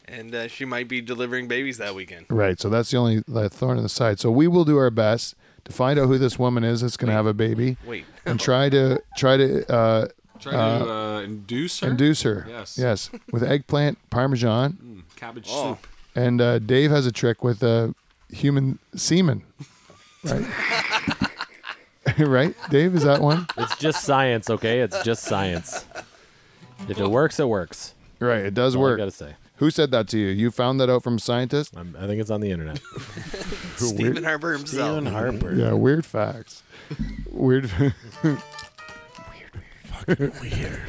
[SPEAKER 5] and uh, she might be delivering babies that weekend.
[SPEAKER 3] right. So that's the only uh, thorn in the side. So we will do our best to find out who this woman is that's going to have a baby,
[SPEAKER 5] Wait.
[SPEAKER 3] and try to try to uh,
[SPEAKER 7] Try to uh, induce her.
[SPEAKER 3] induce her.
[SPEAKER 7] Yes.
[SPEAKER 3] Yes. With eggplant parmesan,
[SPEAKER 7] Cabbage
[SPEAKER 5] Oh.
[SPEAKER 7] soup.
[SPEAKER 3] and uh, Dave has a trick with uh, human semen. Right. right. Dave, is that one?
[SPEAKER 4] It's just science, okay? It's just science. If it works, it works.
[SPEAKER 3] Right. It does
[SPEAKER 4] That's all I
[SPEAKER 3] work.
[SPEAKER 4] gotta say.
[SPEAKER 3] Who said that to you? You found that out from scientists?
[SPEAKER 4] I'm, I think it's on the internet.
[SPEAKER 5] Stephen Harper himself.
[SPEAKER 8] Stephen Harper.
[SPEAKER 3] Yeah. Weird facts. Weird.
[SPEAKER 8] Weird.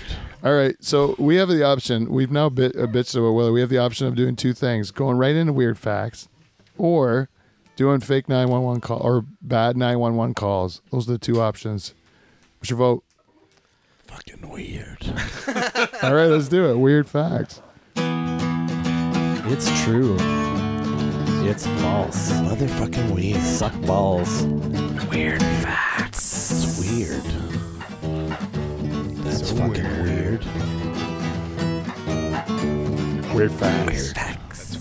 [SPEAKER 3] All right, so we have the option. We've now bit, uh, bitched about Willie. We have the option of doing two things: going right into weird facts, or doing fake nine one one call or bad nine one one calls. Those are the two options. What's your vote?
[SPEAKER 8] Fucking weird.
[SPEAKER 3] All right, let's do it. Weird facts.
[SPEAKER 4] it's true. It's false.
[SPEAKER 8] Motherfucking weird.
[SPEAKER 4] Suck balls.
[SPEAKER 8] Weird facts. It's weird. That's is fucking weird.
[SPEAKER 3] Weird facts.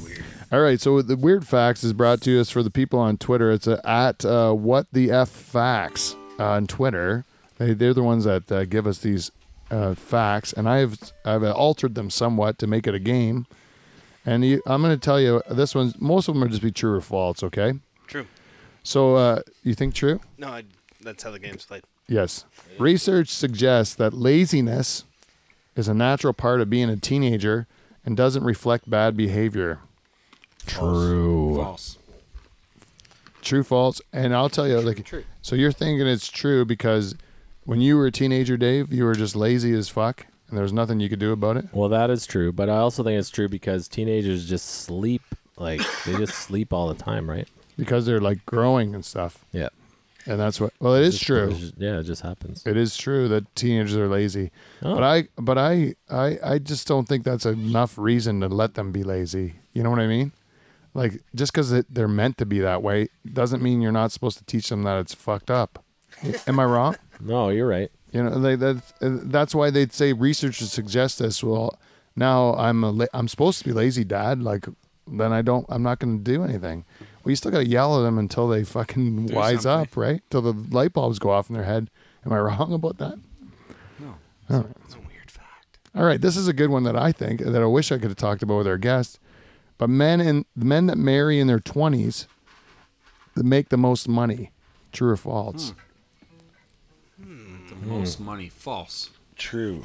[SPEAKER 3] All right, so the weird facts is brought to us for the people on Twitter. It's uh, at uh, what the f facts on Twitter. They, they're the ones that uh, give us these uh, facts, and I've I've altered them somewhat to make it a game. And you, I'm going to tell you this one's most of them are just be true or false. Okay,
[SPEAKER 5] True.
[SPEAKER 3] so uh, you think true?
[SPEAKER 5] No, I, that's how the game's played.
[SPEAKER 3] Yes. Research suggests that laziness is a natural part of being a teenager and doesn't reflect bad behavior.
[SPEAKER 8] True.
[SPEAKER 4] False.
[SPEAKER 3] True, false, and I'll tell you, like, so you're thinking it's true because when you were a teenager, Dave, you were just lazy as fuck, and there was nothing you could do about it.
[SPEAKER 4] Well, that is true, but I also think it's true because teenagers just sleep. Like they just sleep all the time, right?
[SPEAKER 3] because they're like growing and stuff.
[SPEAKER 4] Yeah,
[SPEAKER 3] And that's what. Well, it is true.
[SPEAKER 4] Yeah, it just happens.
[SPEAKER 3] It is true that teenagers are lazy,
[SPEAKER 4] Oh.
[SPEAKER 3] but I, but I, I, I just don't think that's enough reason to let them be lazy. You know what I mean? Like just because they're meant to be that way doesn't mean you're not supposed to teach them that it's fucked up. Am I wrong?
[SPEAKER 4] No, you're right.
[SPEAKER 3] You know, they, that that's why they'd say researchers suggest this. Well, now I'm a la- I'm supposed to be lazy, Dad. Like, then I don't. I'm not going to do anything. Well, you still got to yell at them until they fucking wise up, right? Till the light bulbs go off in their head. Am I wrong about that?
[SPEAKER 5] It's a weird fact.
[SPEAKER 3] All right, this is a good one that I think that I wish I could have talked about with our guest. But men and men that marry in their twenties, that make the most money. True or false?
[SPEAKER 5] Hmm.
[SPEAKER 3] Hmm.
[SPEAKER 7] The most money. False.
[SPEAKER 8] True.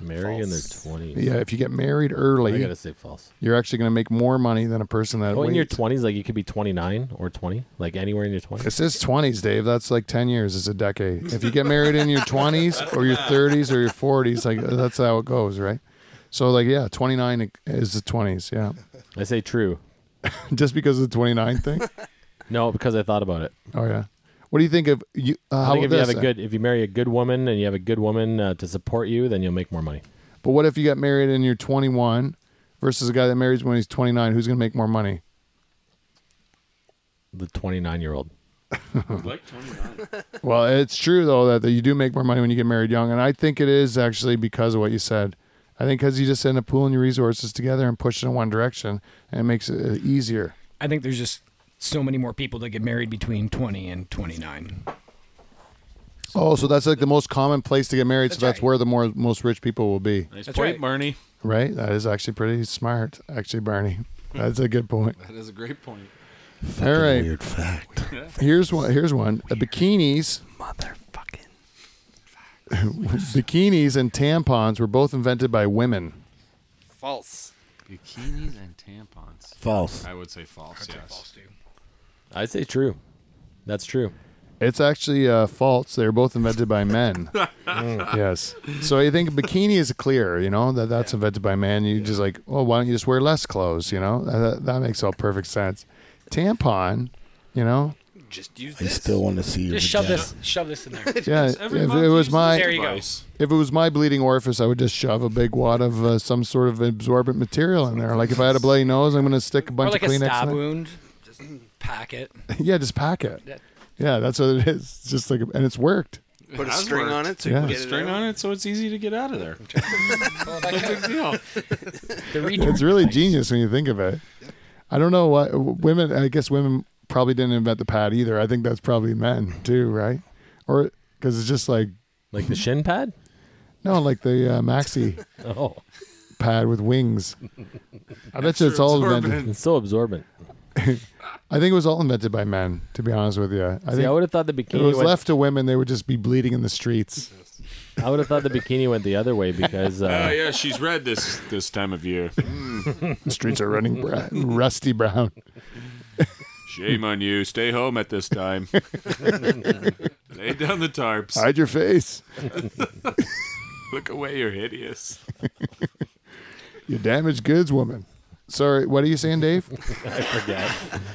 [SPEAKER 4] Mary in their twenties.
[SPEAKER 3] Yeah, if you get married
[SPEAKER 4] I
[SPEAKER 3] early,
[SPEAKER 4] gotta say false.
[SPEAKER 3] you're actually going to make more money than a person that.
[SPEAKER 4] Oh, in your
[SPEAKER 3] waits.
[SPEAKER 4] twenties, like you could be twenty nine or twenty, like anywhere in your twenties.
[SPEAKER 3] It says twenties, Dave. That's like ten years. It's a decade. If you get married in your twenties or your thirties or your forties, like that's how it goes, right? So like, yeah, twenty nine is the twenties. Yeah,
[SPEAKER 4] I say true.
[SPEAKER 3] just because of the twenty nine thing.
[SPEAKER 4] No, because I thought about it.
[SPEAKER 3] Oh yeah. What do you think of you? Uh,
[SPEAKER 4] I
[SPEAKER 3] how
[SPEAKER 4] think if
[SPEAKER 3] about
[SPEAKER 4] you
[SPEAKER 3] this?
[SPEAKER 4] have a good, if you marry a good woman and you have a good woman uh, to support you, then you'll make more money.
[SPEAKER 3] but what if you got married and you're twenty one versus a guy that marries when he's twenty nine? Who's going to make more money?
[SPEAKER 4] The twenty nine year old.
[SPEAKER 7] Like 29.
[SPEAKER 3] Well, it's true though that, that you do make more money when you get married young, and I think it is actually because of what you said. I think because you just end up pooling your resources together and pushing in one direction, and it makes it uh, easier.
[SPEAKER 6] I think there's just so many more people that get married between 20 and 29.
[SPEAKER 3] Oh, so that's like the most common place to get married. so that's where the more most rich people will be,
[SPEAKER 7] Nice
[SPEAKER 6] That's
[SPEAKER 7] point,
[SPEAKER 6] right.
[SPEAKER 7] Barney.
[SPEAKER 3] right? That is actually pretty smart, actually, Barney. That's a good point.
[SPEAKER 7] That is a great point.
[SPEAKER 3] All right,
[SPEAKER 8] Weird fact.
[SPEAKER 3] here's one. Here's one. Uh, bikinis,
[SPEAKER 5] Motherfucking.
[SPEAKER 3] bikinis, and tampons were both invented by women.
[SPEAKER 5] False.
[SPEAKER 7] Bikinis and tampons.
[SPEAKER 8] False.
[SPEAKER 7] I would say false, yes.
[SPEAKER 4] I say true. That's true.
[SPEAKER 3] It's actually uh, false. They were both invented by men. yes. So you think bikini is clear, you know, that that's invented by men. You just like, well, why don't you just wear less clothes, you know? That- That, that makes all perfect sense. Tampon, you know?
[SPEAKER 5] Just use
[SPEAKER 8] I
[SPEAKER 5] this.
[SPEAKER 8] still want to see your
[SPEAKER 6] Just shove
[SPEAKER 8] vagina.
[SPEAKER 6] this, shove this in there.
[SPEAKER 3] Yeah. If
[SPEAKER 7] Every
[SPEAKER 3] it
[SPEAKER 7] month
[SPEAKER 3] was
[SPEAKER 7] use
[SPEAKER 3] my,
[SPEAKER 6] There you go.
[SPEAKER 3] if it was my bleeding orifice, I would just shove a big wad of uh, some sort of absorbent material in there. Like if I had a bloody nose, I'm going to stick a
[SPEAKER 6] Or
[SPEAKER 3] bunch
[SPEAKER 6] like
[SPEAKER 3] of
[SPEAKER 6] a
[SPEAKER 3] Kleenex.
[SPEAKER 6] stab
[SPEAKER 3] in it.
[SPEAKER 6] wound. Just pack it.
[SPEAKER 3] yeah, just pack it.
[SPEAKER 6] Yeah.
[SPEAKER 3] Yeah, that's what it is. It's just like, and it's worked.
[SPEAKER 5] Put a
[SPEAKER 7] has
[SPEAKER 5] string
[SPEAKER 7] worked.
[SPEAKER 5] on it so
[SPEAKER 3] Yeah.
[SPEAKER 5] you
[SPEAKER 3] Put
[SPEAKER 5] can get
[SPEAKER 7] Put a string
[SPEAKER 5] it out.
[SPEAKER 7] on it so it's easy to get out of there.
[SPEAKER 6] Well, that
[SPEAKER 7] No
[SPEAKER 6] kind
[SPEAKER 7] big
[SPEAKER 6] of-
[SPEAKER 7] deal.
[SPEAKER 6] the reach-
[SPEAKER 3] It's really genius when you think of it. I don't know why women. I guess women probably didn't invent the pad either. I think that's probably men too, right? Or because it's just like
[SPEAKER 4] Like the shin pad.
[SPEAKER 3] no, like the uh, maxi
[SPEAKER 4] Oh,
[SPEAKER 3] pad with wings. I bet you it's all invented.
[SPEAKER 4] it's so absorbent.
[SPEAKER 3] I think it was all invented by men. To be honest with you, I
[SPEAKER 4] See,
[SPEAKER 3] think
[SPEAKER 4] I would have thought the
[SPEAKER 3] if it
[SPEAKER 4] bikini.
[SPEAKER 3] was
[SPEAKER 4] Went,
[SPEAKER 3] left to women, they would just be bleeding in the streets.
[SPEAKER 4] I would have thought the bikini went the other way because uh,
[SPEAKER 7] Oh, yeah, she's red this this time of year.
[SPEAKER 3] The streets are running bra- rusty brown.
[SPEAKER 7] Shame on you. Stay home at this time. Lay down the tarps.
[SPEAKER 3] Hide your face.
[SPEAKER 7] Look away, you're hideous.
[SPEAKER 3] You damaged goods, woman. Sorry, what are you saying, Dave?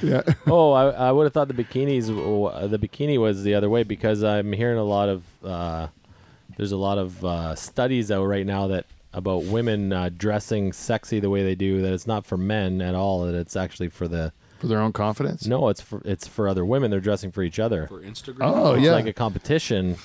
[SPEAKER 3] Yeah.
[SPEAKER 4] Oh, I, I would have thought the bikinis, w- the bikini was the other way because I'm hearing a lot of, uh, there's a lot of uh, studies out right now that about women uh, dressing sexy the way they do. That it's not for men at all. That it's actually for the
[SPEAKER 3] For their own confidence.
[SPEAKER 4] no, it's for it's for other women. They're dressing for each other.
[SPEAKER 7] For Instagram.
[SPEAKER 3] Oh yeah.
[SPEAKER 4] It's like a competition.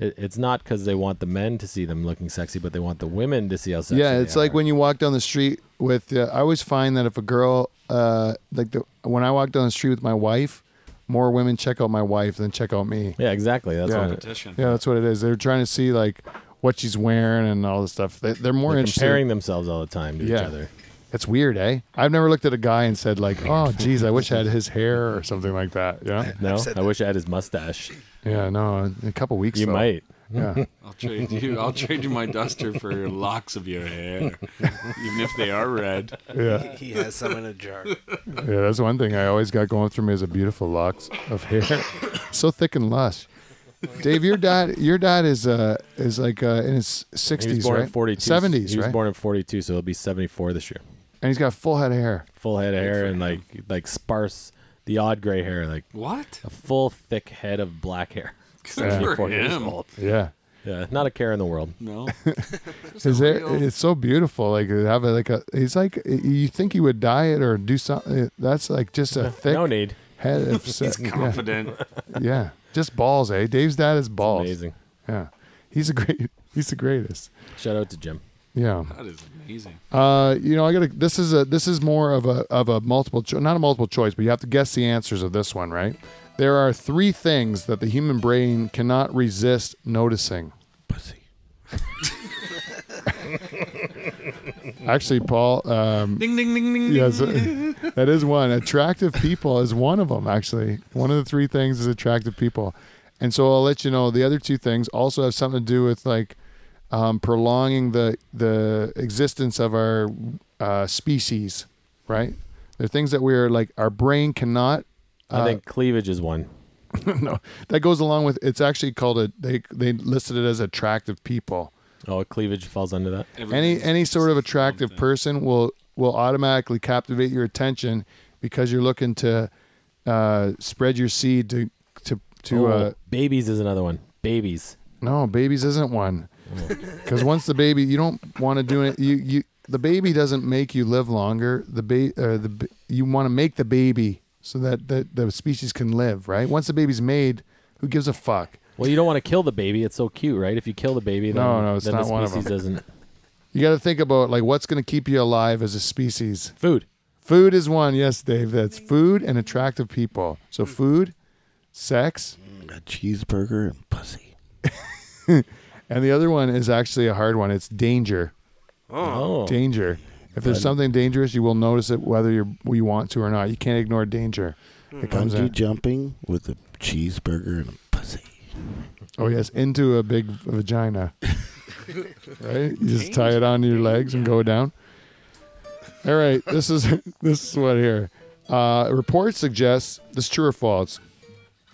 [SPEAKER 4] It, it's not because they want the men to see them looking sexy, but they want the women to see how sexy.
[SPEAKER 3] Yeah,
[SPEAKER 4] they
[SPEAKER 3] it's like
[SPEAKER 4] are.
[SPEAKER 3] when you walk down the street with. Uh, I always find that if a girl, uh, like the when I walk down the street with my wife, more women check out my wife than check out me.
[SPEAKER 4] Yeah, exactly. That's
[SPEAKER 3] Yeah.
[SPEAKER 4] what it-
[SPEAKER 7] Competition.
[SPEAKER 3] Yeah, that's what it is. They're trying to see like what she's wearing and all this stuff. They, they're more
[SPEAKER 4] they're
[SPEAKER 3] interested.
[SPEAKER 4] comparing themselves all the time to each
[SPEAKER 3] Yeah.
[SPEAKER 4] other.
[SPEAKER 3] It's weird, eh? I've never looked at a guy and said like, "Oh, geez, I wish I had his hair" or something like that. Yeah,
[SPEAKER 4] No, I wish I had his mustache.
[SPEAKER 3] yeah, no. In a couple weeks,
[SPEAKER 4] You
[SPEAKER 3] though.
[SPEAKER 4] might.
[SPEAKER 3] Yeah,
[SPEAKER 7] I'll trade you. I'll trade you my duster for locks of your hair, even if they are red.
[SPEAKER 3] yeah,
[SPEAKER 5] He has some in a jar.
[SPEAKER 3] yeah. That's one thing I always got going through me is a beautiful locks of hair, so thick and lush. Dave, your dad, your dad is uh is like uh in his
[SPEAKER 4] He was
[SPEAKER 3] sixties,
[SPEAKER 4] born
[SPEAKER 3] right?
[SPEAKER 4] in 42.
[SPEAKER 3] seventies,
[SPEAKER 4] He was
[SPEAKER 3] right?
[SPEAKER 4] born in 42, so he'll be 74 this year.
[SPEAKER 3] and he's got full head of hair.
[SPEAKER 4] Full head of hair and like like sparse, the odd gray hair, like
[SPEAKER 7] What?
[SPEAKER 4] a full thick head of black hair.
[SPEAKER 7] Good
[SPEAKER 3] Yeah.
[SPEAKER 7] for
[SPEAKER 4] 74 years
[SPEAKER 7] him.
[SPEAKER 4] old.
[SPEAKER 3] Yeah,
[SPEAKER 4] Yeah, not a care in the world.
[SPEAKER 7] No.
[SPEAKER 3] his hair.
[SPEAKER 7] real-
[SPEAKER 3] It's so beautiful. Like they have like a. He's like you think he would dye it or do something. That's like just a thick
[SPEAKER 4] No need.
[SPEAKER 3] head of. He's
[SPEAKER 7] Confident.
[SPEAKER 3] Yeah, just balls, eh? Dave's dad is balls.
[SPEAKER 4] Amazing.
[SPEAKER 3] Yeah, he's a great. He's the greatest.
[SPEAKER 4] Shout out to Jim.
[SPEAKER 3] Yeah.
[SPEAKER 7] That is amazing.
[SPEAKER 3] Uh, you know, I gotta. This is a. This is more of a of a multiple choice, not a multiple choice, but you have to guess the answers of this one, right? There are three things that the human brain cannot resist noticing.
[SPEAKER 8] Pussy.
[SPEAKER 3] Actually, Paul. Um,
[SPEAKER 7] Ding ding ding ding.
[SPEAKER 3] yes, that is one. Attractive people is one of them. Actually, one of the three things is attractive people, and so I'll let you know. The other two things also have something to do with like um, prolonging the the existence of our uh, species, right? They're things that we're like our brain cannot. Uh,
[SPEAKER 4] I think cleavage is one.
[SPEAKER 3] no, that goes along with. It's actually called a. They they listed it as attractive people.
[SPEAKER 4] Oh, cleavage falls under that.
[SPEAKER 3] Any any sort of attractive person will will automatically captivate your attention because you're looking to uh, spread your seed to to to.
[SPEAKER 4] Oh,
[SPEAKER 3] Uh,
[SPEAKER 4] babies is another one. Babies.
[SPEAKER 3] no, babies isn't one. Because once the baby, you don't want to do it. You you the baby doesn't make you live longer. The ba- uh, the b- you want to make the baby so that the, the species can live right. Once the baby's made, who gives a fuck?
[SPEAKER 4] Well, you don't want to kill the baby. It's so cute, right? If you kill the baby, then,
[SPEAKER 3] No, no, it's
[SPEAKER 4] then
[SPEAKER 3] not
[SPEAKER 4] the
[SPEAKER 3] one of
[SPEAKER 4] species doesn't.
[SPEAKER 3] You got to think about like what's going to keep you alive as a species.
[SPEAKER 4] Food.
[SPEAKER 3] Food is one, yes, Dave. That's food and attractive people. So food, sex,
[SPEAKER 8] A cheeseburger and pussy.
[SPEAKER 3] and the other one is actually a hard one. It's danger.
[SPEAKER 4] Oh,
[SPEAKER 3] Danger. If there's something dangerous, you will notice it whether you you want to or not. You can't ignore danger. It comes
[SPEAKER 8] Bungee
[SPEAKER 3] in.
[SPEAKER 8] jumping with a cheeseburger and a pussy.
[SPEAKER 3] Oh yes, into a big vagina. right? You just tie it onto your legs and go down. All right, this is this is what here. Uh, report suggests this is true or false.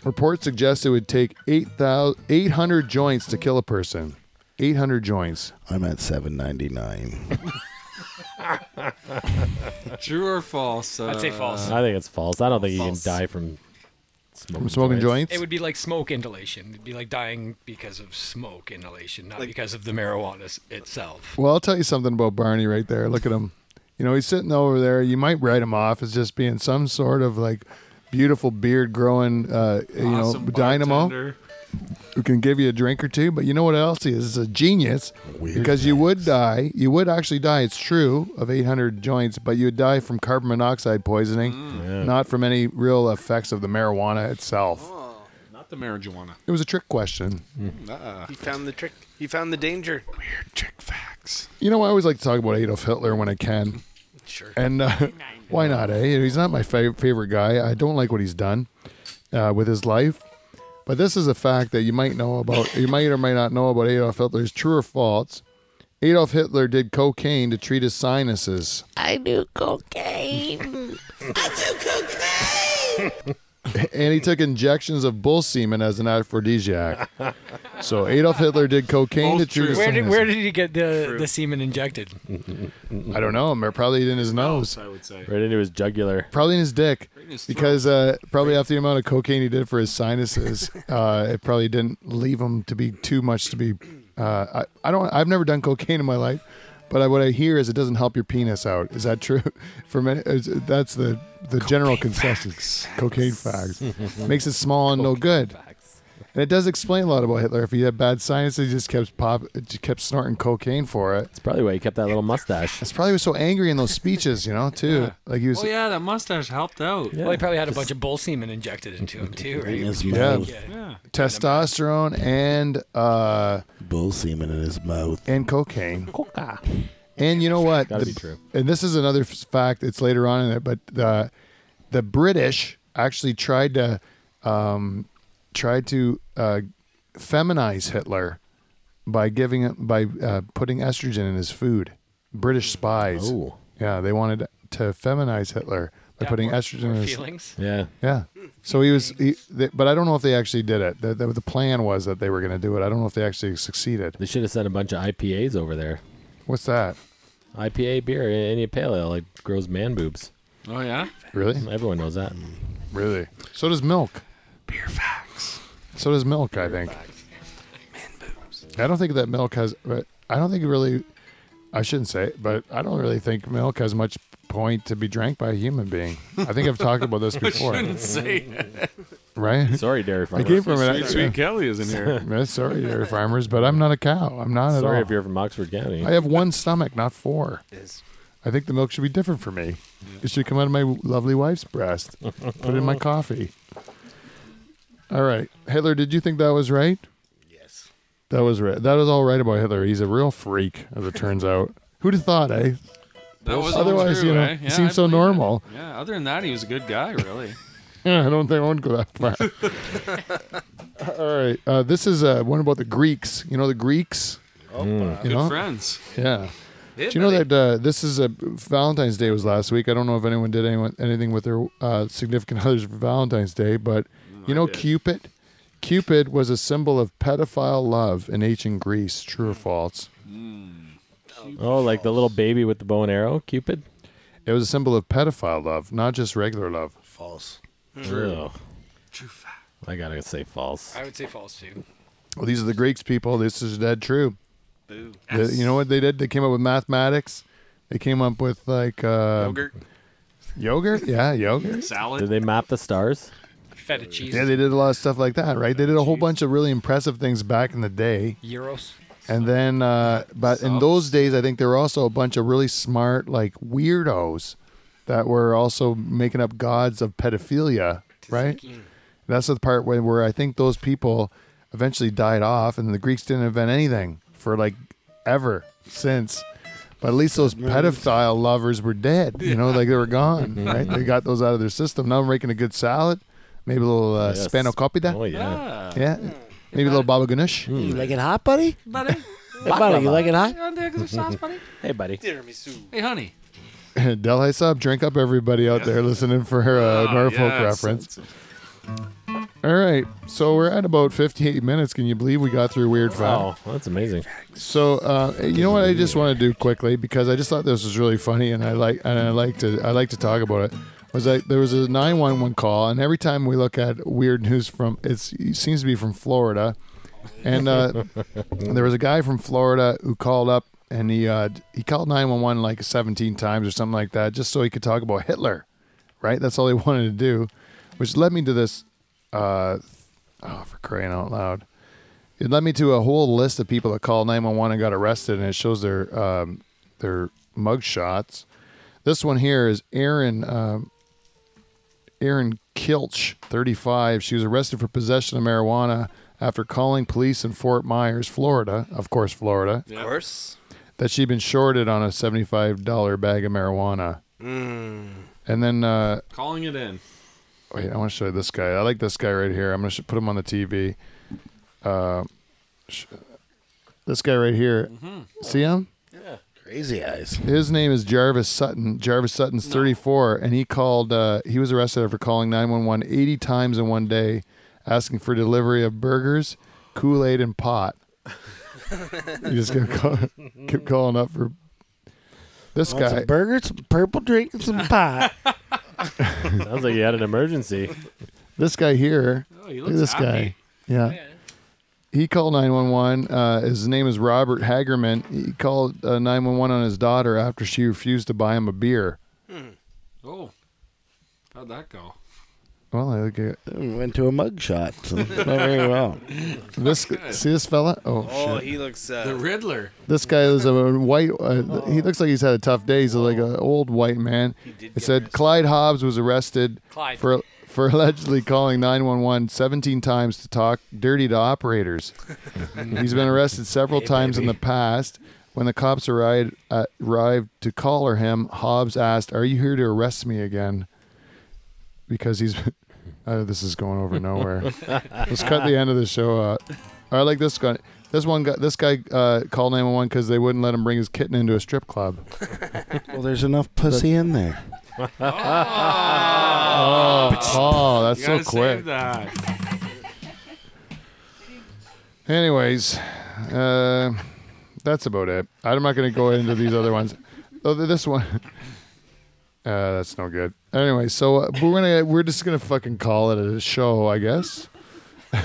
[SPEAKER 3] Report suggests it would take 8,000 800 joints to kill a person. 800 joints.
[SPEAKER 8] I'm at seven ninety nine.
[SPEAKER 7] True or false? Uh,
[SPEAKER 6] I'd say false.
[SPEAKER 4] I think it's false. I don't think
[SPEAKER 7] False.
[SPEAKER 4] you can die from smoking,
[SPEAKER 3] From smoking joints?
[SPEAKER 6] It would be like smoke inhalation. It'd be like dying because of smoke inhalation, not because of the marijuana s- itself.
[SPEAKER 3] Well, I'll tell you something about Barney right there. Look at him. You know, he's sitting over there. You might write him off as just being some sort of like beautiful beard growing, uh, you know,
[SPEAKER 7] awesome
[SPEAKER 3] dynamo.
[SPEAKER 7] bartender.
[SPEAKER 3] who can give you a drink or two. But you know what else he is? He's a genius because you would die. You would actually die. It's true of 800 joints, but you would die from carbon monoxide poisoning,
[SPEAKER 7] Mm.
[SPEAKER 3] not from any real effects of the marijuana itself.
[SPEAKER 7] Oh. Not the marijuana.
[SPEAKER 3] It was a trick question.
[SPEAKER 5] He found the trick. He found the danger.
[SPEAKER 7] Trick facts.
[SPEAKER 3] You know, I always like to talk about Adolf Hitler when I can.
[SPEAKER 5] Sure.
[SPEAKER 3] And uh, why not, eh? You know, He's not my fav- favorite guy. I don't like what he's done uh, with his life. But this is a fact that you might know about, you might or might not know about Adolf Hitler's true or false. Adolf Hitler did cocaine to treat his sinuses.
[SPEAKER 9] I do cocaine. I do cocaine.
[SPEAKER 3] and he took injections of bull semen as an aphrodisiac. so Adolf Hitler did cocaine
[SPEAKER 7] Both
[SPEAKER 3] to treat
[SPEAKER 7] true.
[SPEAKER 3] his
[SPEAKER 6] Where
[SPEAKER 3] sinuses.
[SPEAKER 6] did where did he get the the semen injected?
[SPEAKER 3] I don't know. Probably in his nose.
[SPEAKER 7] I would say.
[SPEAKER 4] Right into his jugular.
[SPEAKER 3] Probably in his dick.
[SPEAKER 7] in his throat.
[SPEAKER 3] Because uh, probably after the amount of cocaine he did for his sinuses, uh, it probably didn't leave him to be too much to be. Uh, I, I don't. I've never done cocaine in my life, but I, what I hear is it doesn't help your penis out. Is that true? For many, is, that's the the general consensus. Cocaine facts makes it small and no good. And it does explain a lot about Hitler. If he had bad sinuses, he just kept pop, just kept snorting cocaine for it.
[SPEAKER 4] That's probably why he kept that little mustache.
[SPEAKER 3] That's probably was so angry in those speeches, you know, too. Like he was,
[SPEAKER 10] Oh yeah, that mustache helped out.
[SPEAKER 6] Well, he probably had a bunch of bull semen injected into him too,
[SPEAKER 8] in
[SPEAKER 6] right?
[SPEAKER 8] his
[SPEAKER 3] yeah,
[SPEAKER 8] mouth.
[SPEAKER 10] Yeah.
[SPEAKER 3] testosterone and uh
[SPEAKER 8] Bull semen in his mouth.
[SPEAKER 3] and cocaine. And you know what?
[SPEAKER 4] Gotta
[SPEAKER 3] The-
[SPEAKER 4] be true.
[SPEAKER 3] And this is another f- fact. It's later on in it, but the the British actually tried to um, tried to uh, feminize Hitler by giving him- by uh, putting estrogen in his food. British spies.
[SPEAKER 4] Oh.
[SPEAKER 3] Yeah, they wanted to feminize Hitler by putting estrogen in his
[SPEAKER 6] feelings.
[SPEAKER 4] Yeah.
[SPEAKER 3] yeah. So he was, he, they, but I don't know if they actually did it. The, the, the plan was that they were going to do it. I don't know if they actually succeeded.
[SPEAKER 4] They should have sent a bunch of IPAs over there.
[SPEAKER 3] What's that?
[SPEAKER 4] IPA beer, India Pale Ale, like grows man boobs.
[SPEAKER 10] Oh yeah.
[SPEAKER 3] Really?
[SPEAKER 4] Everyone knows that.
[SPEAKER 3] Really? So does milk. Beer facts. So does milk, I think. I don't think that milk has, but I don't think it really, I shouldn't say it, but I don't really think milk has much point to be drank by a human being. I think I've talked about this before,
[SPEAKER 7] Say,
[SPEAKER 3] right?
[SPEAKER 4] Sorry, dairy
[SPEAKER 3] I
[SPEAKER 4] farmers.
[SPEAKER 3] came from
[SPEAKER 7] sweet, sweet
[SPEAKER 3] an
[SPEAKER 7] Kelly is in here.
[SPEAKER 3] yeah, sorry, dairy farmers, but I'm not a cow. I'm not at all.
[SPEAKER 4] Sorry if you're from Oxford County.
[SPEAKER 3] I have one stomach, not four.
[SPEAKER 5] Yes.
[SPEAKER 3] I think the milk should be different for me. It should come out of my lovely wife's breast. Put it in my coffee. All right, Hitler. Did you think that was right?
[SPEAKER 5] Yes.
[SPEAKER 3] That was right. That was all right about Hitler. He's a real freak, as it turns out. Who'd have thought, eh?
[SPEAKER 10] That was
[SPEAKER 3] Otherwise,
[SPEAKER 10] true,
[SPEAKER 3] you know,
[SPEAKER 10] eh?
[SPEAKER 3] he
[SPEAKER 10] Yeah,
[SPEAKER 3] seems
[SPEAKER 10] I
[SPEAKER 3] so
[SPEAKER 10] believe it.
[SPEAKER 3] normal.
[SPEAKER 10] Yeah. Other than that, he was a good guy, really.
[SPEAKER 3] Yeah, I don't think I won't go that far. all right. Uh, this is uh, one about the Greeks. You know the Greeks. You
[SPEAKER 10] good
[SPEAKER 3] know?
[SPEAKER 10] friends.
[SPEAKER 3] Yeah.
[SPEAKER 5] Yeah,
[SPEAKER 3] Do you know that uh, this is a Valentine's Day was last week? I don't know if anyone did anyone anything with their uh, significant others for Valentine's Day, but you know Cupid. Cupid was a symbol of pedophile love in ancient Greece. True or false?
[SPEAKER 4] oh, like the little baby with the bow and arrow, Cupid.
[SPEAKER 3] It was a symbol of pedophile love, not just regular love.
[SPEAKER 8] False.
[SPEAKER 4] True. True fact. I gotta say false.
[SPEAKER 6] I would say false too.
[SPEAKER 3] Well, these are the Greeks people. This is dead true. The- you know what they did? They came up with mathematics. They came up with like uh,
[SPEAKER 5] Yogurt.
[SPEAKER 3] Yogurt? Yeah, yogurt.
[SPEAKER 4] Did
[SPEAKER 7] Salad.
[SPEAKER 4] they map the stars?
[SPEAKER 6] Feta cheese.
[SPEAKER 3] Yeah, they did a lot of stuff like that, right? They did a whole bunch of really impressive things back in the day.
[SPEAKER 6] Euros.
[SPEAKER 3] And then, uh, but in those days, I think there were also a bunch of really smart, like weirdos that were also making up gods of pedophilia, right? That's the part where, where I think those people eventually died off, and the Greeks didn't invent anything for like ever since. But at least those pedophile lovers were dead, you know, like they were gone, right? They got those out of their system. Now I'm making a good salad, maybe a little uh,
[SPEAKER 4] Yes.
[SPEAKER 3] spanakopita.
[SPEAKER 4] Oh yeah.
[SPEAKER 3] Yeah. Maybe a little baba ganoush.
[SPEAKER 8] You like it hot, buddy?
[SPEAKER 10] Buddy,
[SPEAKER 8] Buddy, you like it hot?
[SPEAKER 10] you want to take sauce, buddy?
[SPEAKER 4] Hey buddy.
[SPEAKER 5] Tiramisu.
[SPEAKER 10] Hey, honey.
[SPEAKER 3] Delhi Sub, drink up everybody out there listening for her uh, Norfolk
[SPEAKER 7] yes.
[SPEAKER 3] reference. All right, so we're at about 58 minutes. Can you believe we got through weird fact?
[SPEAKER 4] Wow, Oh, that's amazing.
[SPEAKER 3] So uh, you know what I just want to do quickly because I just thought this was really funny and I like and I like to I like to talk about it. Was like there was a 911 call and every time we look at weird news from it's, it seems to be from Florida, and uh, there was a guy from Florida who called up and he uh, he called 911 like 17 times or something like that just so he could talk about Hitler, right? That's all he wanted to do, which led me to this. Uh, oh, for crying out loud! It led me to a whole list of people that called 911 and got arrested, and it shows their um, their mug shots. This one here is Aaron um, Aaron Kilch, 35. She was arrested for possession of marijuana after calling police in Fort Myers, Florida, of course, Florida,
[SPEAKER 5] Of course.
[SPEAKER 3] that she'd been shorted on a $75 bag of marijuana. And then, uh,
[SPEAKER 7] Calling it in.
[SPEAKER 3] wait, I want to show you this guy. I like this guy right here. I'm going to put him on the TV. Uh, sh- this guy right here. See him?
[SPEAKER 8] Crazy eyes.
[SPEAKER 3] His name is Jarvis Sutton. Jarvis Sutton's 34, and he called. Uh, he was arrested after calling 911 80 times in one day, asking for delivery of burgers, Kool Aid, and pot. he just kept, call, kept calling up for this
[SPEAKER 8] Want
[SPEAKER 3] guy.
[SPEAKER 8] some burgers, some purple drink, and some pot.
[SPEAKER 4] Sounds like you had an emergency.
[SPEAKER 3] This guy here.
[SPEAKER 10] Oh, he
[SPEAKER 3] Look
[SPEAKER 10] looks
[SPEAKER 3] at this
[SPEAKER 10] happy.
[SPEAKER 3] guy. Yeah. He called 911. Uh, his name is Robert Hagerman. He called uh, 911 on his daughter after she refused to buy him a beer.
[SPEAKER 10] Oh, how'd that go?
[SPEAKER 3] Well, I look at
[SPEAKER 8] Went to a mug shot. So not very well.
[SPEAKER 3] this. See this fella? Oh,
[SPEAKER 5] Oh,
[SPEAKER 3] shit.
[SPEAKER 5] he looks. Uh,
[SPEAKER 10] The Riddler.
[SPEAKER 3] This guy is a white. Uh, He looks like he's had a tough day. He's like an old white man.
[SPEAKER 5] Oh. did
[SPEAKER 3] It
[SPEAKER 5] get
[SPEAKER 3] said Clyde Hobbs was arrested
[SPEAKER 6] Clyde.
[SPEAKER 3] for for allegedly calling 911 17 times to talk dirty to operators. he's been arrested several times in the past. When the cops arrived, uh, arrived to collar him, Hobbs asked, "Are you here to arrest me again?" Because he's. Uh, this is going over nowhere. Let's cut the end of the show out. I like this guy. This one guy. This guy uh, called 911 because they wouldn't let him bring his kitten into a strip club.
[SPEAKER 8] Well, there's enough pussy in there.
[SPEAKER 3] Oh, that's so
[SPEAKER 10] Gotta
[SPEAKER 3] quick.
[SPEAKER 10] save that.
[SPEAKER 3] Anyways, uh, that's about it. I'm not going to go into these other ones. Oh, th- this one. Uh, that's no good. Anyway, so uh, we're gonna we're just gonna fucking call it a show, I guess.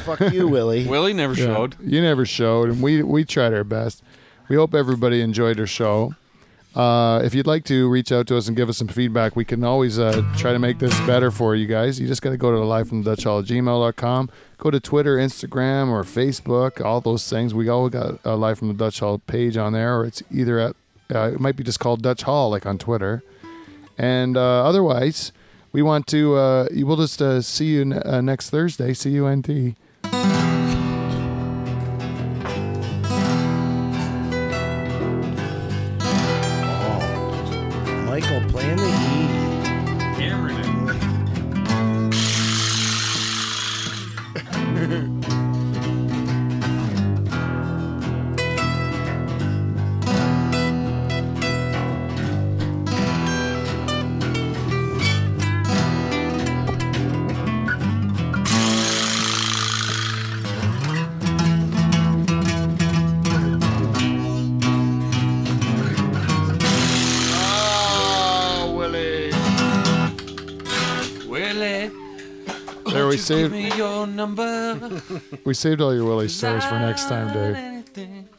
[SPEAKER 8] Fuck you, Willie.
[SPEAKER 10] Willie never showed.
[SPEAKER 3] You never showed, and we we tried our best. We hope everybody enjoyed our show. Uh, if you'd like to reach out to us and give us some feedback, we can always uh, try to make this better for you guys. You just got to go to live from the Dutch Hall at gmail.com. Go to Twitter, Instagram, or Facebook, all those things. We all got a live from the Dutch Hall page on there, or it's either at, uh, it might be just called Dutch Hall, like on Twitter. And uh, otherwise, we want to, uh, we'll just uh, see you n- uh, next Thursday. See you, NT.
[SPEAKER 8] Michael playing the E.
[SPEAKER 10] Willie,
[SPEAKER 3] There we
[SPEAKER 10] give
[SPEAKER 3] saved
[SPEAKER 10] me your number.
[SPEAKER 3] we saved all your Willie stories for next time, Dave.
[SPEAKER 10] Anything.